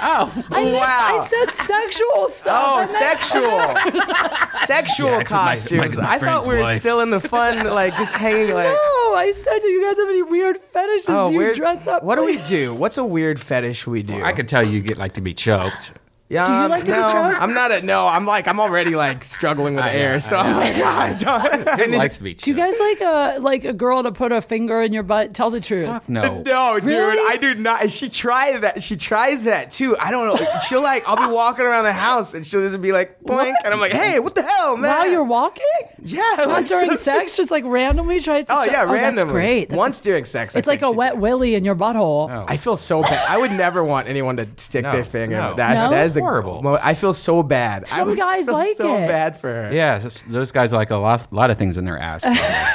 Speaker 2: Oh,
Speaker 1: I meant-
Speaker 3: wow.
Speaker 1: I said sexual
Speaker 3: Oh,
Speaker 1: stuff. I meant-
Speaker 3: sexual, sexual
Speaker 2: Yeah, it's my- my-
Speaker 3: costumes.
Speaker 2: my
Speaker 3: I thought we were
Speaker 2: friend's wife.
Speaker 3: still in the fun, like just hanging, like. Oh,
Speaker 1: No, I said. Do you guys have any weird fetishes? do you
Speaker 3: weird-
Speaker 1: dress up?
Speaker 3: What do we
Speaker 1: like-
Speaker 3: do? What's a weird fetish we do?
Speaker 2: I could tell you get like to be choked.
Speaker 3: Yeah,
Speaker 1: Do you like to be
Speaker 3: no,
Speaker 1: choked?
Speaker 3: I'm not a no. I'm like I'm already like struggling with
Speaker 2: I know,
Speaker 3: air,
Speaker 2: I
Speaker 3: so I'm like "God, I don't. I
Speaker 2: Who
Speaker 3: need
Speaker 2: likes to be choked?
Speaker 1: Do you guys like a like a girl to put a finger in your butt? Tell the truth.
Speaker 2: Fuck
Speaker 3: to-
Speaker 2: no.
Speaker 3: No, dude,
Speaker 1: Really?
Speaker 3: I do not. She tried that. She tries that too. I don't know. She'll like, I'll be walking around the house and she'll just be like, blink, and I'm like, hey, what the hell, man?
Speaker 1: While you're walking?
Speaker 3: yeah,
Speaker 1: Not
Speaker 3: like,
Speaker 1: during
Speaker 3: she'll
Speaker 1: sex,
Speaker 3: just-
Speaker 1: just, like randomly tries to.
Speaker 3: oh
Speaker 1: shove-
Speaker 3: yeah, randomly.
Speaker 1: That's great. That's
Speaker 3: Once during sex, I
Speaker 1: it's like
Speaker 3: think
Speaker 1: a
Speaker 3: she
Speaker 1: wet
Speaker 3: did.
Speaker 1: willy in your butthole.
Speaker 2: Oh.
Speaker 3: I feel so bad. I would never want anyone to stick
Speaker 2: No,
Speaker 3: their finger.
Speaker 2: no.
Speaker 3: That,
Speaker 1: No?
Speaker 3: that is the,
Speaker 2: Horrible.
Speaker 3: mo- I feel so bad. I
Speaker 1: Some
Speaker 3: would
Speaker 1: guys
Speaker 3: feel
Speaker 1: like
Speaker 3: so
Speaker 1: it.
Speaker 3: bad for her.
Speaker 2: Yeah, those- those guys like a lot, lot of things in their ass.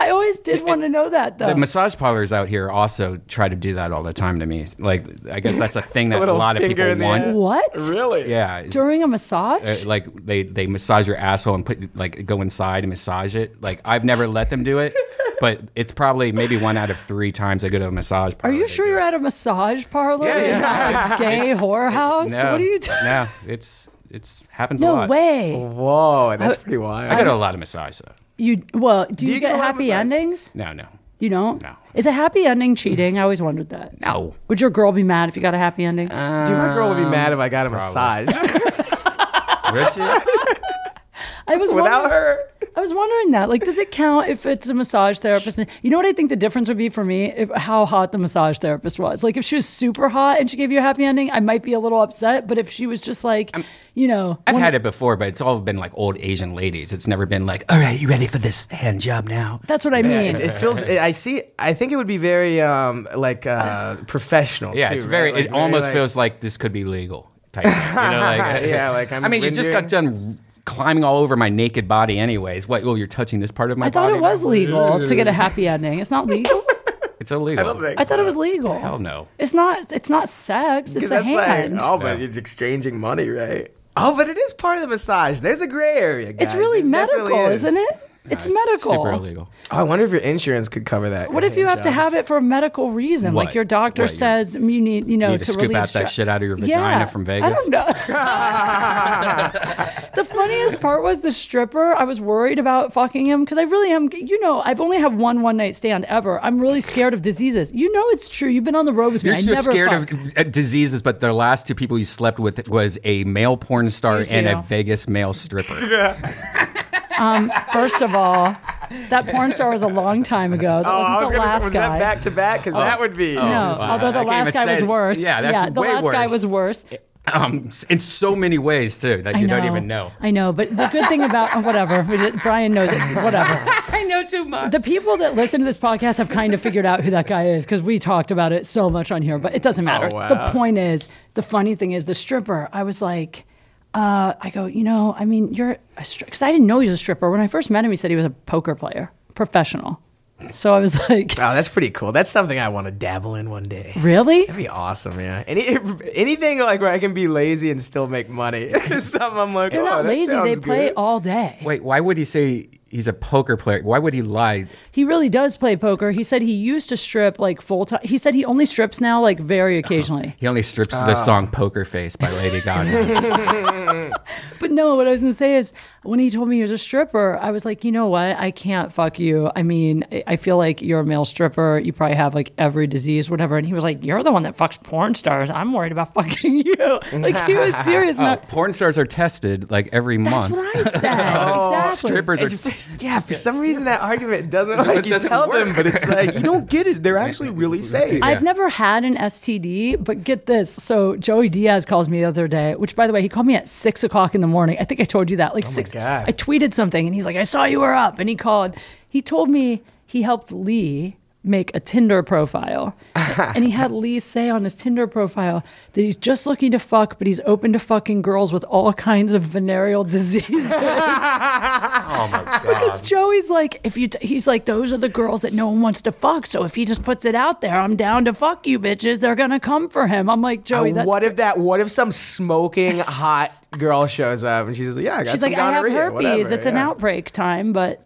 Speaker 1: I always did want to know that though.
Speaker 2: the massage parlors out here also try to do that all the time to me. Like, I guess that's a thing that a
Speaker 3: Little
Speaker 2: lot of
Speaker 3: finger
Speaker 2: people
Speaker 3: in the ass.
Speaker 2: want.
Speaker 1: what?
Speaker 3: Really?
Speaker 2: Yeah, it's-
Speaker 1: During a massage?
Speaker 2: uh, like they they massage your asshole and put like go inside and massage it. Like I've never let them do it, but it's probably maybe one out of three times I go to a massage
Speaker 1: Are
Speaker 2: parlor.
Speaker 3: Oh,
Speaker 1: you
Speaker 2: they
Speaker 1: sure
Speaker 2: do
Speaker 1: you're
Speaker 2: it.
Speaker 1: at a massage parlor?
Speaker 2: Yeah, yeah.
Speaker 1: Like gay whorehouse?
Speaker 2: No,
Speaker 1: what are you doing?
Speaker 2: No, it's it's happens a
Speaker 1: No
Speaker 2: lot.
Speaker 3: Oh.
Speaker 1: way.
Speaker 3: Whoa, that's pretty wild.
Speaker 2: I go to a lot of massage though.
Speaker 1: You well, do, you,
Speaker 3: you
Speaker 1: get
Speaker 3: get a lot of
Speaker 1: happy
Speaker 3: massage?
Speaker 1: endings?
Speaker 2: No, no,
Speaker 1: You don't?
Speaker 2: No.
Speaker 1: Is a happy ending cheating? I always wondered that.
Speaker 2: no.
Speaker 1: Would your girl be mad if you got a happy ending?
Speaker 3: Dude, my girl would
Speaker 1: Um,
Speaker 3: be mad if I got a massage
Speaker 2: Richard,
Speaker 1: I was
Speaker 3: without
Speaker 1: wondering-
Speaker 3: her.
Speaker 1: I was wondering that. Like, does it count if it's a massage therapist? You know what I think the difference would be for me? If, how hot the massage therapist was. Like, if she was super hot and she gave you a happy ending, I might be a little upset. But if she was just like, you know,
Speaker 2: I've
Speaker 1: one-
Speaker 2: had it before, but it's all been like old Asian ladies. It's never been like, all right, you ready for this hand job now?
Speaker 1: that's what I
Speaker 3: Yeah,
Speaker 1: mean.
Speaker 3: it, it feels. It, I see. I think it would be very um like uh professional.
Speaker 2: Yeah,
Speaker 3: too,
Speaker 2: it's
Speaker 3: right?
Speaker 2: very.
Speaker 3: Like,
Speaker 2: it almost
Speaker 3: like-
Speaker 2: feels like this could be legal. Type thing, you know, like,
Speaker 3: Yeah, like, I'm
Speaker 2: I mean, you just got done climbing all over my naked body, anyways. What? Oh, you're touching this part of my
Speaker 1: I thought
Speaker 2: body.
Speaker 1: it was
Speaker 2: now?
Speaker 1: legal to get a happy ending. It's not legal.
Speaker 2: It's illegal.
Speaker 3: I don't think.
Speaker 1: I thought it was legal.
Speaker 2: Hell no.
Speaker 1: It's not. It's not sex. It's
Speaker 3: Because
Speaker 1: a
Speaker 3: that's
Speaker 1: hand.
Speaker 3: like oh, but
Speaker 2: No.
Speaker 3: it's exchanging money, right? Oh, but it is part of the massage. There's a gray area. Guys.
Speaker 1: it's really
Speaker 3: This definitely
Speaker 1: medical,
Speaker 3: is.
Speaker 1: is. not it? It's, medical.
Speaker 2: Super illegal.
Speaker 3: Oh, I wonder if your insurance could cover that.
Speaker 1: What if you have to have it for a medical reason? Like
Speaker 2: What?
Speaker 1: your doctor
Speaker 2: What, you-
Speaker 1: says you need, you know,
Speaker 2: need to scoop
Speaker 1: relieve
Speaker 2: out that
Speaker 1: stre-
Speaker 2: shit out of your vagina
Speaker 1: Yeah,
Speaker 2: from
Speaker 1: I
Speaker 2: Vegas?
Speaker 1: don't know. the funniest part was the stripper. I was worried about fucking him because I really am. You know, I've only had one one night stand ever. I'm really scared of diseases. You know, it's true. You've been on the road with
Speaker 2: You're
Speaker 1: me.
Speaker 2: so
Speaker 1: I never
Speaker 2: scared
Speaker 1: fuck.
Speaker 2: of uh, diseases, but the last two people you slept with was a male porn star
Speaker 1: Excuse
Speaker 2: and
Speaker 1: you.
Speaker 2: a Vegas male stripper.
Speaker 1: First of all, that porn star was a long time ago. That
Speaker 3: Oh,
Speaker 1: wasn't
Speaker 3: I was
Speaker 1: the
Speaker 3: gonna
Speaker 1: last
Speaker 3: say, was
Speaker 1: guy.
Speaker 3: that back to back? Because that would be.
Speaker 1: no,
Speaker 2: Oh. wow.
Speaker 1: although the
Speaker 2: I can't
Speaker 1: last
Speaker 2: even
Speaker 1: guy was
Speaker 2: say-
Speaker 1: worse.
Speaker 2: yeah, that's
Speaker 1: the
Speaker 2: way
Speaker 1: last guy
Speaker 2: worse.
Speaker 1: was worse.
Speaker 2: um, in so many ways too that you
Speaker 1: I
Speaker 2: don't even know.
Speaker 1: I know, but the good thing about oh, whatever we did, Brian knows it. Whatever.
Speaker 2: I know too much.
Speaker 1: The people that listen to this podcast have kind of figured out who that guy is because we talked about it so much on here, but it doesn't matter.
Speaker 3: Oh, wow.
Speaker 1: The point is, the funny thing is, the stripper, I was like, uh, I go, you know, I mean, you're a stripper. Because I didn't know he was a stripper. When I first met him, he said he was a poker player, professional. So I was like,
Speaker 3: Oh, that's pretty cool. That's something I want to dabble in one day.
Speaker 1: really?
Speaker 3: That'd be awesome, yeah. Any anything like where I can be lazy and still make money. Something I'm like,
Speaker 1: They're
Speaker 3: oh,
Speaker 1: not
Speaker 3: that
Speaker 1: lazy. They
Speaker 3: sounds
Speaker 1: play
Speaker 3: good.
Speaker 1: all day.
Speaker 2: Wait, why would he say he's a poker player. Why would he lie?
Speaker 1: He really does play poker. He said he used to strip like full time. He said he only strips now like
Speaker 3: Oh.
Speaker 1: very occasionally.
Speaker 2: He only strips
Speaker 3: Ah.
Speaker 2: the song "Poker Face" by Lady Gaga.
Speaker 1: But no, what I was going to say is when he told me he was a stripper, I was like, you know what? I can't fuck you. I mean, I- I feel like you're a male stripper. You probably have like every disease, whatever. And he was like, you're the one that fucks porn stars. I'm worried about fucking you. Like he was serious.
Speaker 2: oh,
Speaker 1: not,
Speaker 2: porn stars are tested like every
Speaker 1: that's
Speaker 2: month.
Speaker 1: what I said. exactly.
Speaker 2: Oh, Strippers are.
Speaker 3: It's just- yeah, for some reason that argument doesn't like you
Speaker 2: doesn't
Speaker 3: tell them,
Speaker 2: work.
Speaker 3: but it's like you don't get it. They're actually really safe.
Speaker 1: I've never had an STD, but get this. So Joey Diaz calls me the other day, which by the way, he called me at six o'clock in the morning. I think I told you that. Like six.
Speaker 3: Oh God.
Speaker 1: I tweeted something and he's like, I saw you were up. And he called. He told me he helped Lee make a Tinder profile. and he had Lee say on his Tinder profile that he's just looking to fuck, but he's open to fucking girls with all kinds of venereal diseases.
Speaker 2: oh my god!
Speaker 1: Because
Speaker 3: Um,
Speaker 1: Joey's like, if you, t- he's like, those are the girls that no one wants to fuck. So if he just puts it out there, I'm down to fuck you bitches. They're gonna come for him. I'm like, Joey,
Speaker 3: Uh,
Speaker 1: that's
Speaker 3: what if that? What if some smoking hot girl shows up and she's like, "Yeah, I got
Speaker 1: she's
Speaker 3: some
Speaker 1: like, I have
Speaker 3: gonorrhea,"
Speaker 1: herpes.
Speaker 3: whatever,
Speaker 1: it's an
Speaker 3: yeah.
Speaker 1: outbreak time, but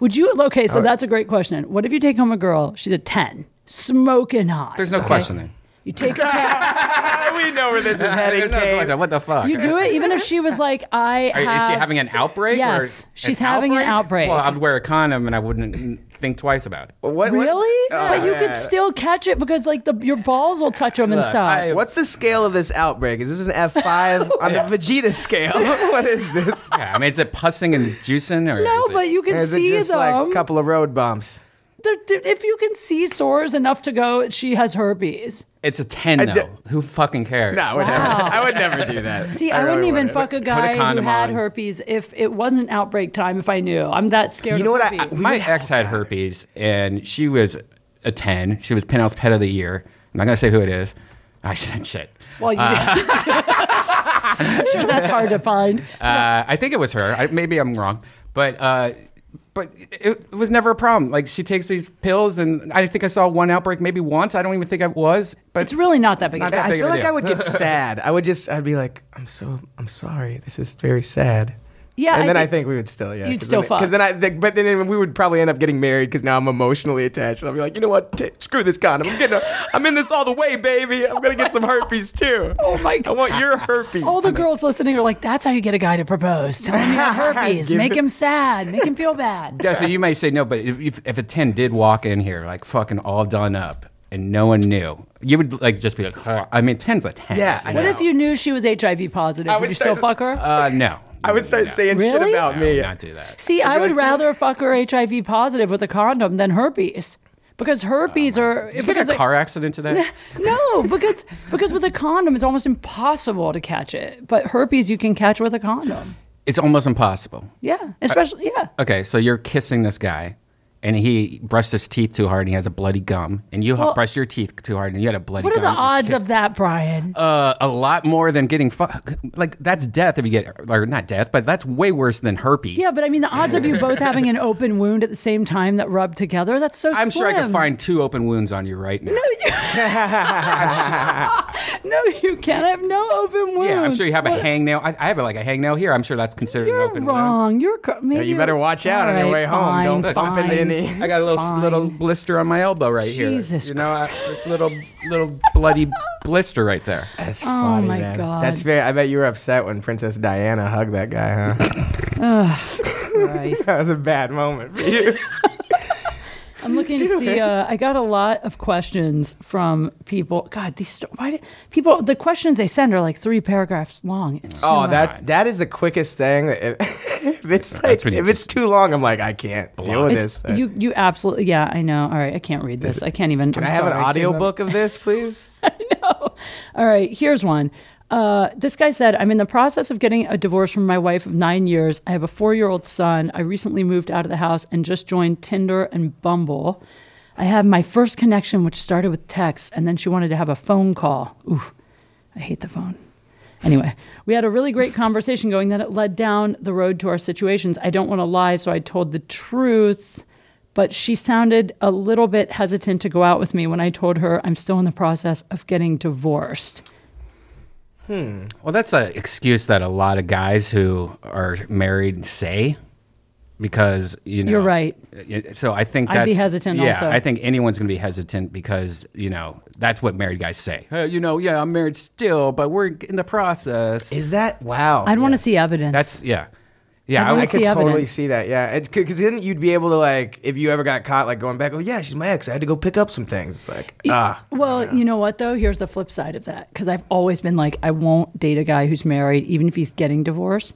Speaker 1: would you? Okay, so that's a great question. What if you take home a girl? She's a ten, smoking hot.
Speaker 2: There's no
Speaker 1: okay?
Speaker 2: questioning.
Speaker 1: You take her out.
Speaker 3: Ah, we know where this is heading.
Speaker 2: There's no
Speaker 3: Kate.
Speaker 2: question. What the fuck?
Speaker 1: You do it, even if she was like, I.
Speaker 2: Are-
Speaker 1: have,
Speaker 2: is she having an outbreak? or
Speaker 1: Yes,
Speaker 2: an
Speaker 1: she's having an outbreak.
Speaker 2: Well, I'd wear a condom and I wouldn't think twice about it.
Speaker 3: What- what-
Speaker 1: Really?
Speaker 3: Oh,
Speaker 1: but you
Speaker 3: man.
Speaker 1: could still catch it because like the your balls will touch them and
Speaker 2: Look,
Speaker 1: stuff.
Speaker 2: I-
Speaker 3: What's the scale of this outbreak? Is this an F five on the Vegeta scale? what is this?
Speaker 2: Yeah, I mean, is it pussing and juicing or
Speaker 1: no,
Speaker 2: is it-
Speaker 1: but you can
Speaker 3: Is
Speaker 1: see
Speaker 3: it just
Speaker 1: them.
Speaker 3: like a couple of road bumps?
Speaker 1: There- there- if you can see sores enough to go, she has herpes.
Speaker 2: it's a ten though.
Speaker 3: d-
Speaker 2: Who fucking cares?
Speaker 3: No, I would, never, I would never do that.
Speaker 1: See, I, wouldn't
Speaker 3: really
Speaker 1: even
Speaker 3: wouldn't.
Speaker 1: fuck a guy who
Speaker 2: condom
Speaker 1: had
Speaker 2: on.
Speaker 1: herpes if it wasn't outbreak time. If I knew, I'm that scared.
Speaker 3: You know
Speaker 1: of
Speaker 3: what I-
Speaker 1: herpes.
Speaker 3: we-
Speaker 2: My ex had herpes, and she was a ten. She was Penthouse Pet of the Year. I'm not gonna say who it is. I should shit.
Speaker 1: well, you
Speaker 3: Uh.
Speaker 1: I'm sure that's hard to find.
Speaker 2: Uh, I think it was her. I, maybe I'm wrong, but uh, but it, it was never a problem. Like she takes these pills, and I think I saw one outbreak maybe once. I don't even think I was, but
Speaker 1: It's really not that big. a
Speaker 2: that
Speaker 1: deal.
Speaker 3: I
Speaker 2: big
Speaker 3: feel
Speaker 2: of a
Speaker 3: like
Speaker 2: deal.
Speaker 3: I would get sad. I would just, I'd be like, I'm so, I'm sorry. This is very sad.
Speaker 1: Yeah,
Speaker 3: and
Speaker 1: I
Speaker 3: then I
Speaker 1: think-
Speaker 3: think we would still, yeah,
Speaker 1: You'd still fuck.
Speaker 3: Because then I, think, but then we would probably end up getting married because now I'm emotionally attached. And I'll be like, you know what? T- screw this condom. I'm getting, a, I'm in this all the way, baby. I'm gonna get some herpes too.
Speaker 1: Oh my
Speaker 3: I want your herpes.
Speaker 1: All the girls listening are like, "That's how you get a guy to propose. Tell him you have herpes,
Speaker 3: Give
Speaker 1: make
Speaker 3: it-
Speaker 1: him sad, make him feel bad."
Speaker 2: Yeah, so you may say no, but if, if, if a 10 did walk in here, like fucking all done up, and no one knew, you would like just be like, "Huh." I mean, 10's a 10.
Speaker 3: Yeah, I
Speaker 2: You
Speaker 1: What
Speaker 2: know?
Speaker 1: if you knew she was HIV positive?
Speaker 3: I
Speaker 1: Would
Speaker 3: would
Speaker 1: you still
Speaker 3: start-
Speaker 1: fuck her?
Speaker 2: Uh, no.
Speaker 3: I would start
Speaker 2: No.
Speaker 3: saying shit
Speaker 1: Really?
Speaker 2: no,
Speaker 3: about
Speaker 2: I
Speaker 3: me.
Speaker 2: would not do that.
Speaker 1: See, I would rather fuck her HIV positive with a condom than herpes. Because herpes
Speaker 3: Oh
Speaker 1: are
Speaker 2: Did you
Speaker 1: because
Speaker 2: get a
Speaker 1: I-
Speaker 2: car accident today?
Speaker 1: no, because because with a condom it's almost impossible to catch it. But herpes you can catch with a condom.
Speaker 2: it's almost impossible.
Speaker 1: Yeah, especially yeah.
Speaker 2: Okay, so you're kissing this guy, and he brushed his teeth too hard, and he has a bloody gum, and you
Speaker 1: Well-
Speaker 2: brushed your teeth too hard, and you had a bloody
Speaker 1: What are
Speaker 2: gum.
Speaker 1: the odds of that, Brian?
Speaker 2: Uh, a lot more than getting fucked. Like, that's death if you get, or not death, but that's way worse than herpes.
Speaker 1: yeah, but I mean the odds of you both having an open wound at the same time that rubbed together, that's so
Speaker 2: I'm sure I could
Speaker 1: slim.
Speaker 2: find two open wounds on you right now.
Speaker 1: No, you can't have no open wounds.
Speaker 2: Yeah, I'm sure you have a
Speaker 1: What-
Speaker 2: hangnail. I, I have like a hangnail here. I'm sure that's considered
Speaker 1: You're
Speaker 2: an open wound.
Speaker 1: wrong. You're cr- maybe
Speaker 3: you better watch out on your
Speaker 1: All
Speaker 3: way home. Don't
Speaker 1: fine,
Speaker 3: bump into
Speaker 1: fine.
Speaker 3: any-
Speaker 2: I got a little s- little blister on my elbow right here.
Speaker 1: Jesus
Speaker 2: You know, I, this little little bloody blister right there.
Speaker 3: That's funny,
Speaker 1: Oh my
Speaker 3: man.
Speaker 1: God.
Speaker 3: That's very. I bet you were upset when Princess Diana hugged that guy, huh?
Speaker 1: Christ.
Speaker 3: that was a bad moment for you.
Speaker 1: I'm looking to see. Uh, I got a lot of questions from people. God, these sto- why did, people? The questions they send are like three paragraphs long. It's so
Speaker 3: Oh,
Speaker 1: much.
Speaker 3: that that is the quickest thing. If, if it's like
Speaker 2: That's when you
Speaker 3: if it's
Speaker 2: just
Speaker 3: too long, I'm like I can't deal with
Speaker 1: It's-
Speaker 3: this.
Speaker 1: you you absolutely yeah. I know. All right, I can't read this. I can't even.
Speaker 3: Can I have an audiobook of this, please?
Speaker 1: All right, here's one. Uh, this guy said, I'm in the process of getting a divorce from my wife of nine years. I have a four year old son. I recently moved out of the house and just joined Tinder and Bumble. I had my first connection, which started with text, and then she wanted to have a phone call. Ooh, I hate the phone. Anyway, we had a really great conversation going, then it led down the road to our situations. I don't want to lie, so I told the truth but she sounded a little bit hesitant to go out with me when I told her I'm still in the process of getting divorced.
Speaker 2: Well, that's an excuse that a lot of guys who are married say. because you know
Speaker 1: You're right.
Speaker 2: it- So I think
Speaker 1: I'd
Speaker 2: that's,
Speaker 1: be hesitant
Speaker 2: Yeah,
Speaker 1: also.
Speaker 2: I think anyone's going to be hesitant because you know that's what married guys say. Uh, you know, yeah, I'm married still, but we're in the process.
Speaker 3: Is that wow?
Speaker 1: I'd want to see evidence.
Speaker 2: that's yeah, yeah.
Speaker 1: I
Speaker 2: I
Speaker 1: wanna
Speaker 3: I
Speaker 2: was,
Speaker 1: see
Speaker 3: could totally
Speaker 1: evidence.
Speaker 3: see that. Yeah, because then you'd be able to like, if you ever got caught like going back, oh yeah, she's my ex. I had to go pick up some things. It's like ah,
Speaker 1: Well, you know what though? Here's the flip side of that because I've always been like, I won't date a guy who's married, even if he's getting divorced.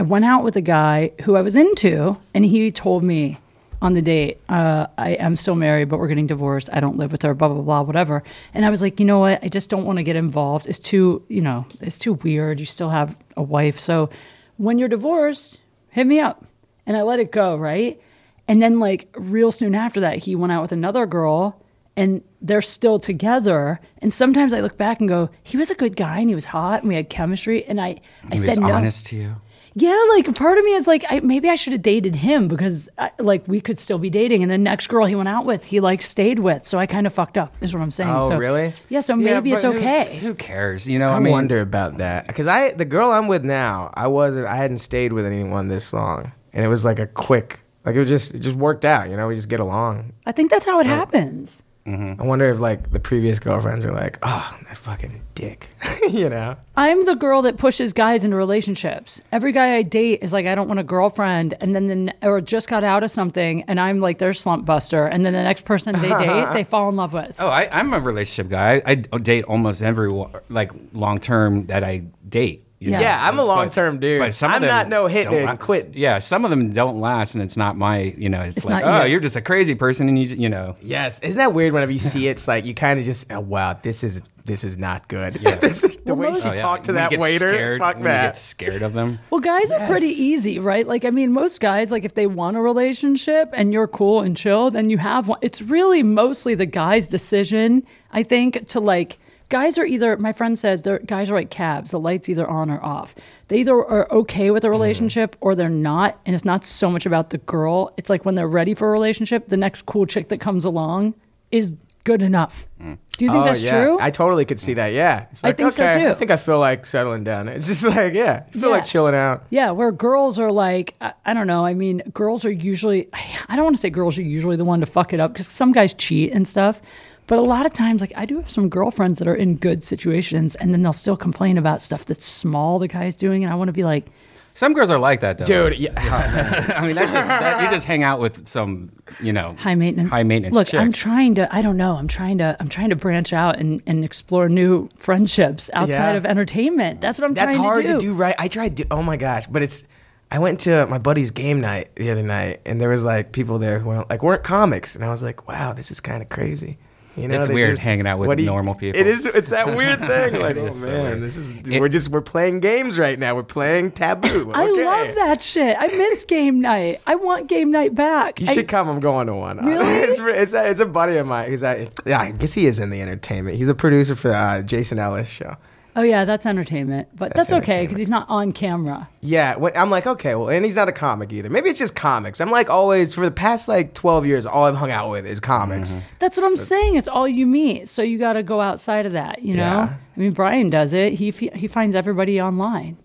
Speaker 1: I went out with a guy who I was into, and he told me on the date, uh, I am still married, but we're getting divorced. I don't live with her. Blah blah blah, whatever. And I was like, you know what? I just don't want to get involved. It's too, you know, it's too weird. You still have a wife, so when you're divorced, hit me up. And I let it go, right? And then, like, real soon after that, he went out with another girl and they're still together. And sometimes I look back and go, he was a good guy and he was hot and we had chemistry. And I, I
Speaker 2: he
Speaker 1: said
Speaker 2: was
Speaker 1: no.
Speaker 2: honest to you.
Speaker 1: Yeah, like part of me is like, I, maybe I should have dated him because I, like we could still be dating. And the next girl he went out with, he like stayed with. So I kind of fucked up, is what I'm saying.
Speaker 3: Oh,
Speaker 1: so,
Speaker 3: really?
Speaker 1: Yeah, so
Speaker 2: Yeah,
Speaker 1: maybe it's
Speaker 2: but who-
Speaker 1: okay.
Speaker 2: Who, cares? You know, I,
Speaker 3: I,
Speaker 2: mean,
Speaker 3: wonder about that because I the girl I'm with now, I wasn't, I hadn't stayed with anyone this long, and it was like a quick, like it was just it just worked out. You know, we just get along.
Speaker 1: I think that's
Speaker 2: Oh.
Speaker 1: how it happens.
Speaker 3: I wonder if like the previous girlfriends are like, oh, that fucking dick, you know.
Speaker 1: I'm the girl that pushes guys into relationships. Every guy I date is like, I don't want a girlfriend, and then then or just got out of something, and I'm like their slump buster, and then the next person they date, they fall in love with.
Speaker 2: Oh, I, I'm a relationship guy. I, I date almost every wa- like long term that I date. you
Speaker 1: Yeah.
Speaker 2: know?
Speaker 3: Yeah, I'm a
Speaker 2: But-
Speaker 3: long term dude.
Speaker 2: but some of
Speaker 3: I'm
Speaker 2: them
Speaker 3: not no hit
Speaker 2: don't
Speaker 3: to
Speaker 2: last.
Speaker 3: quit.
Speaker 2: Yeah, some of them don't last, and it's not my. You know, it's, like,
Speaker 1: not
Speaker 2: oh,
Speaker 1: you.
Speaker 2: you're just a crazy person, and you, you know,
Speaker 3: Yes, isn't that weird? Whenever you see it, it's like you kind of just, oh wow, this is this is not good. this is, the way
Speaker 1: most-
Speaker 3: she
Speaker 1: Oh,
Speaker 2: yeah,
Speaker 3: talked to
Speaker 2: when you
Speaker 3: that
Speaker 2: get
Speaker 3: waiter,
Speaker 2: scared-
Speaker 3: fuck
Speaker 2: when you get
Speaker 3: that.
Speaker 2: scared of them.
Speaker 1: Well, guys are pretty easy, right? Like, I mean, most guys, like, if they want a relationship and you're cool and chill, then you have one. It's really mostly the guy's decision, I think, to like. Guys are either, my friend says, they're, guys are like cabs. The light's either on or off. They either are okay
Speaker 3: Mm-hmm.
Speaker 1: with a relationship or they're not. And it's not so much about the girl. It's like when they're ready for a relationship, the next cool chick that comes along is good enough. Do you think that's
Speaker 3: Mm. Oh, yeah.
Speaker 1: true?
Speaker 3: I totally could see that. Yeah, it's
Speaker 1: I
Speaker 3: like,
Speaker 1: think so,
Speaker 3: okay,
Speaker 1: too.
Speaker 3: I think I feel like settling down. It's just like yeah, I feel
Speaker 1: Yeah.
Speaker 3: like chilling out.
Speaker 1: Yeah, where girls are like, I, I don't know. I mean, girls are usually, I don't want to say girls are usually the one to fuck it up because some guys cheat and stuff. But a lot of times, like, I do have some girlfriends that are in good situations and then they'll still complain about stuff that's small the guy's doing. And I want to be like,
Speaker 2: Some girls are like that, though.
Speaker 3: Dude, yeah.
Speaker 2: I mean, that's just that, you just hang out with some, you know,
Speaker 1: high maintenance.
Speaker 2: high maintenance.
Speaker 1: Look,
Speaker 2: chicks.
Speaker 1: I'm trying to, I don't know. I'm trying to, I'm trying to branch out and, and explore new friendships outside
Speaker 3: Yeah.
Speaker 1: of entertainment. That's what I'm
Speaker 3: that's
Speaker 1: trying
Speaker 3: hard
Speaker 1: to do.
Speaker 3: right i tried to oh my gosh but it's i went to my buddy's game night the other night and there was like people there who weren't like weren't comics and i was like wow this is kind of crazy you know,
Speaker 2: It's
Speaker 3: they
Speaker 2: weird hanging out with
Speaker 3: what do
Speaker 2: normal people.
Speaker 3: It is. It's that weird thing. Like,
Speaker 2: It
Speaker 3: oh
Speaker 2: is so
Speaker 3: man,
Speaker 2: weird.
Speaker 3: this is.
Speaker 2: It-
Speaker 3: we're just we're playing games right now. We're playing taboo.
Speaker 1: I
Speaker 3: Okay.
Speaker 1: love that shit. I miss game night. I want game night back.
Speaker 3: You
Speaker 1: I-
Speaker 3: should come. I'm going to one.
Speaker 1: Really?
Speaker 3: it's, it's, a, it's a buddy of mine who's at, yeah, I guess he is in the entertainment. He's a producer for uh, Jason Ellis show.
Speaker 1: Oh yeah, that's entertainment, but that's,
Speaker 3: That's
Speaker 1: okay
Speaker 3: entertainment.
Speaker 1: because he's not on camera.
Speaker 3: Yeah, when, I'm like, okay, well, and he's not a comic either. Maybe it's just comics. I'm like always for the past like 12 years, all I've hung out with is comics.
Speaker 1: That's what I'm saying. It's all you meet, so you got to go outside of that. You know,
Speaker 3: Yeah.
Speaker 1: I mean, Brian does it. He f- he finds everybody online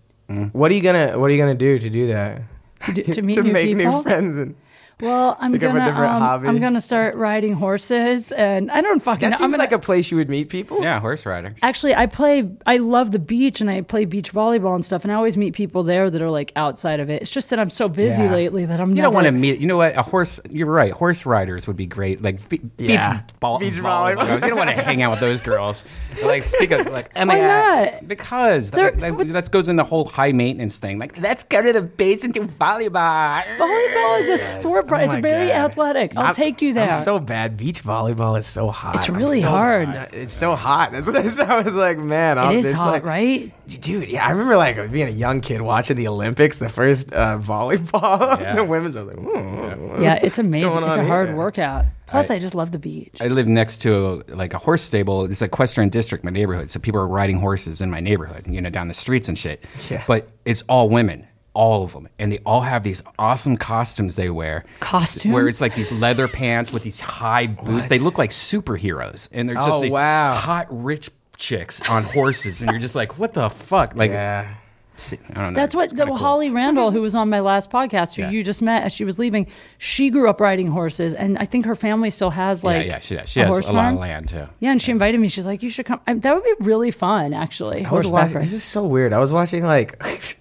Speaker 3: What are you gonna What are you gonna do to do that?
Speaker 1: to, do, to meet
Speaker 3: to
Speaker 1: new
Speaker 3: make
Speaker 1: people.
Speaker 3: new friends and
Speaker 1: Well, I'm
Speaker 3: Pick up a
Speaker 1: gonna
Speaker 3: different
Speaker 1: um,
Speaker 3: hobby.
Speaker 1: I'm gonna start riding horses, and I don't fucking.
Speaker 3: that
Speaker 1: know.
Speaker 3: seems
Speaker 1: I'm gonna,
Speaker 3: like a place you would meet people.
Speaker 2: yeah, horse riders.
Speaker 1: Actually, I play. I love the beach, and I play beach volleyball and stuff. And I always meet people there that are like outside of it. It's just that I'm so busy
Speaker 3: Yeah.
Speaker 1: lately that I'm.
Speaker 2: You
Speaker 1: never,
Speaker 2: don't want to meet. You know what? A horse. You're right. Horse riders would be great. Like be-
Speaker 3: Yeah.
Speaker 2: beach ball,
Speaker 3: Beach volleyball.
Speaker 2: volleyball. girls. You don't want to hang out with those girls. Like speak of like. Am
Speaker 1: Why
Speaker 2: I at-
Speaker 1: not?
Speaker 2: Because
Speaker 1: They're-
Speaker 2: that, that, that goes in the whole high maintenance thing. Like let's go to the base and do volleyball.
Speaker 1: Volleyball is a sport. Brian.
Speaker 3: Oh my
Speaker 1: it's very
Speaker 3: God.
Speaker 1: athletic. I'll
Speaker 3: I'm-
Speaker 1: take you there.
Speaker 3: I'm so bad. Beach volleyball is so hot.
Speaker 1: It's
Speaker 3: I'm
Speaker 1: really
Speaker 3: so-
Speaker 1: hard.
Speaker 3: It's so hot. That's what I, so I was like, man. I'm
Speaker 1: It is
Speaker 3: just
Speaker 1: hot,
Speaker 3: like,
Speaker 1: right?
Speaker 3: Dude, yeah, I remember like being a young kid watching the Olympics, the first uh, volleyball,
Speaker 2: Yeah.
Speaker 3: the women's. I was like, "Ooh."
Speaker 1: Yeah, it's amazing.
Speaker 3: going
Speaker 1: It's
Speaker 3: on
Speaker 1: a hard
Speaker 3: here?
Speaker 1: workout. Plus, I, just love the beach.
Speaker 2: I live next to like a horse stable. It's equestrian district, my neighborhood. So people are riding horses in my neighborhood, you know, down the streets and shit.
Speaker 3: Yeah.
Speaker 2: But it's all women, all of them, and they all have these awesome costumes they wear.
Speaker 1: Costumes?
Speaker 2: where it's like these leather pants with these high boots. They look like superheroes, and they're just
Speaker 3: Oh,
Speaker 2: these
Speaker 3: wow.
Speaker 2: hot rich chicks on horses, and you're just like, what the fuck? Like,
Speaker 3: yeah.
Speaker 2: See, I don't know.
Speaker 1: That's what
Speaker 2: It's
Speaker 1: the,
Speaker 2: kinda cool.
Speaker 1: Holly Randall, who was on my last podcast, who
Speaker 2: Yeah.
Speaker 1: you just met as she was leaving, she grew up riding horses, and I think her family still has like
Speaker 2: yeah, yeah, she, she
Speaker 1: a
Speaker 2: has
Speaker 1: horse
Speaker 2: a lot
Speaker 1: farm.
Speaker 2: of land too.
Speaker 1: Yeah, and she invited me. She's like, "You should come." I, that would be really fun, actually.
Speaker 3: I was
Speaker 1: Horseback
Speaker 3: watching.
Speaker 1: ride.
Speaker 3: This is so weird. I was watching like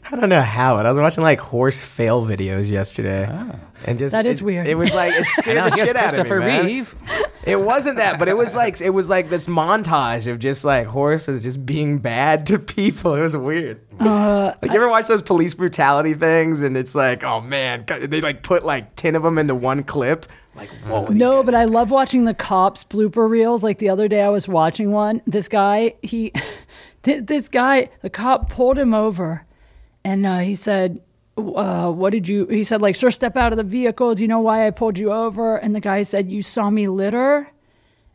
Speaker 3: I don't know how, but I was watching like horse fail videos yesterday, and just
Speaker 1: Ah. That is
Speaker 3: it-
Speaker 1: weird.
Speaker 3: It was like it scared
Speaker 2: I
Speaker 3: the
Speaker 2: guess
Speaker 3: shit out of me,
Speaker 2: Christopher
Speaker 3: man.
Speaker 2: Reeve.
Speaker 3: It wasn't that, but it was like it was like this montage of just like horses just being bad to people. It was weird.
Speaker 1: Uh,
Speaker 3: like you ever watch those police brutality things, and it's like, oh man, God, they like put like ten of them into one clip. Like whoa, these
Speaker 1: No,
Speaker 3: guys-
Speaker 1: but I love watching the cops blooper reels. Like the other day, I was watching one. This guy, he, thi- this guy, the cop pulled him over, and uh, he said, uh, "What did you?" He said, "Like, sir, step out of the vehicle. Do you know why I pulled you over?" And the guy said, "You saw me litter."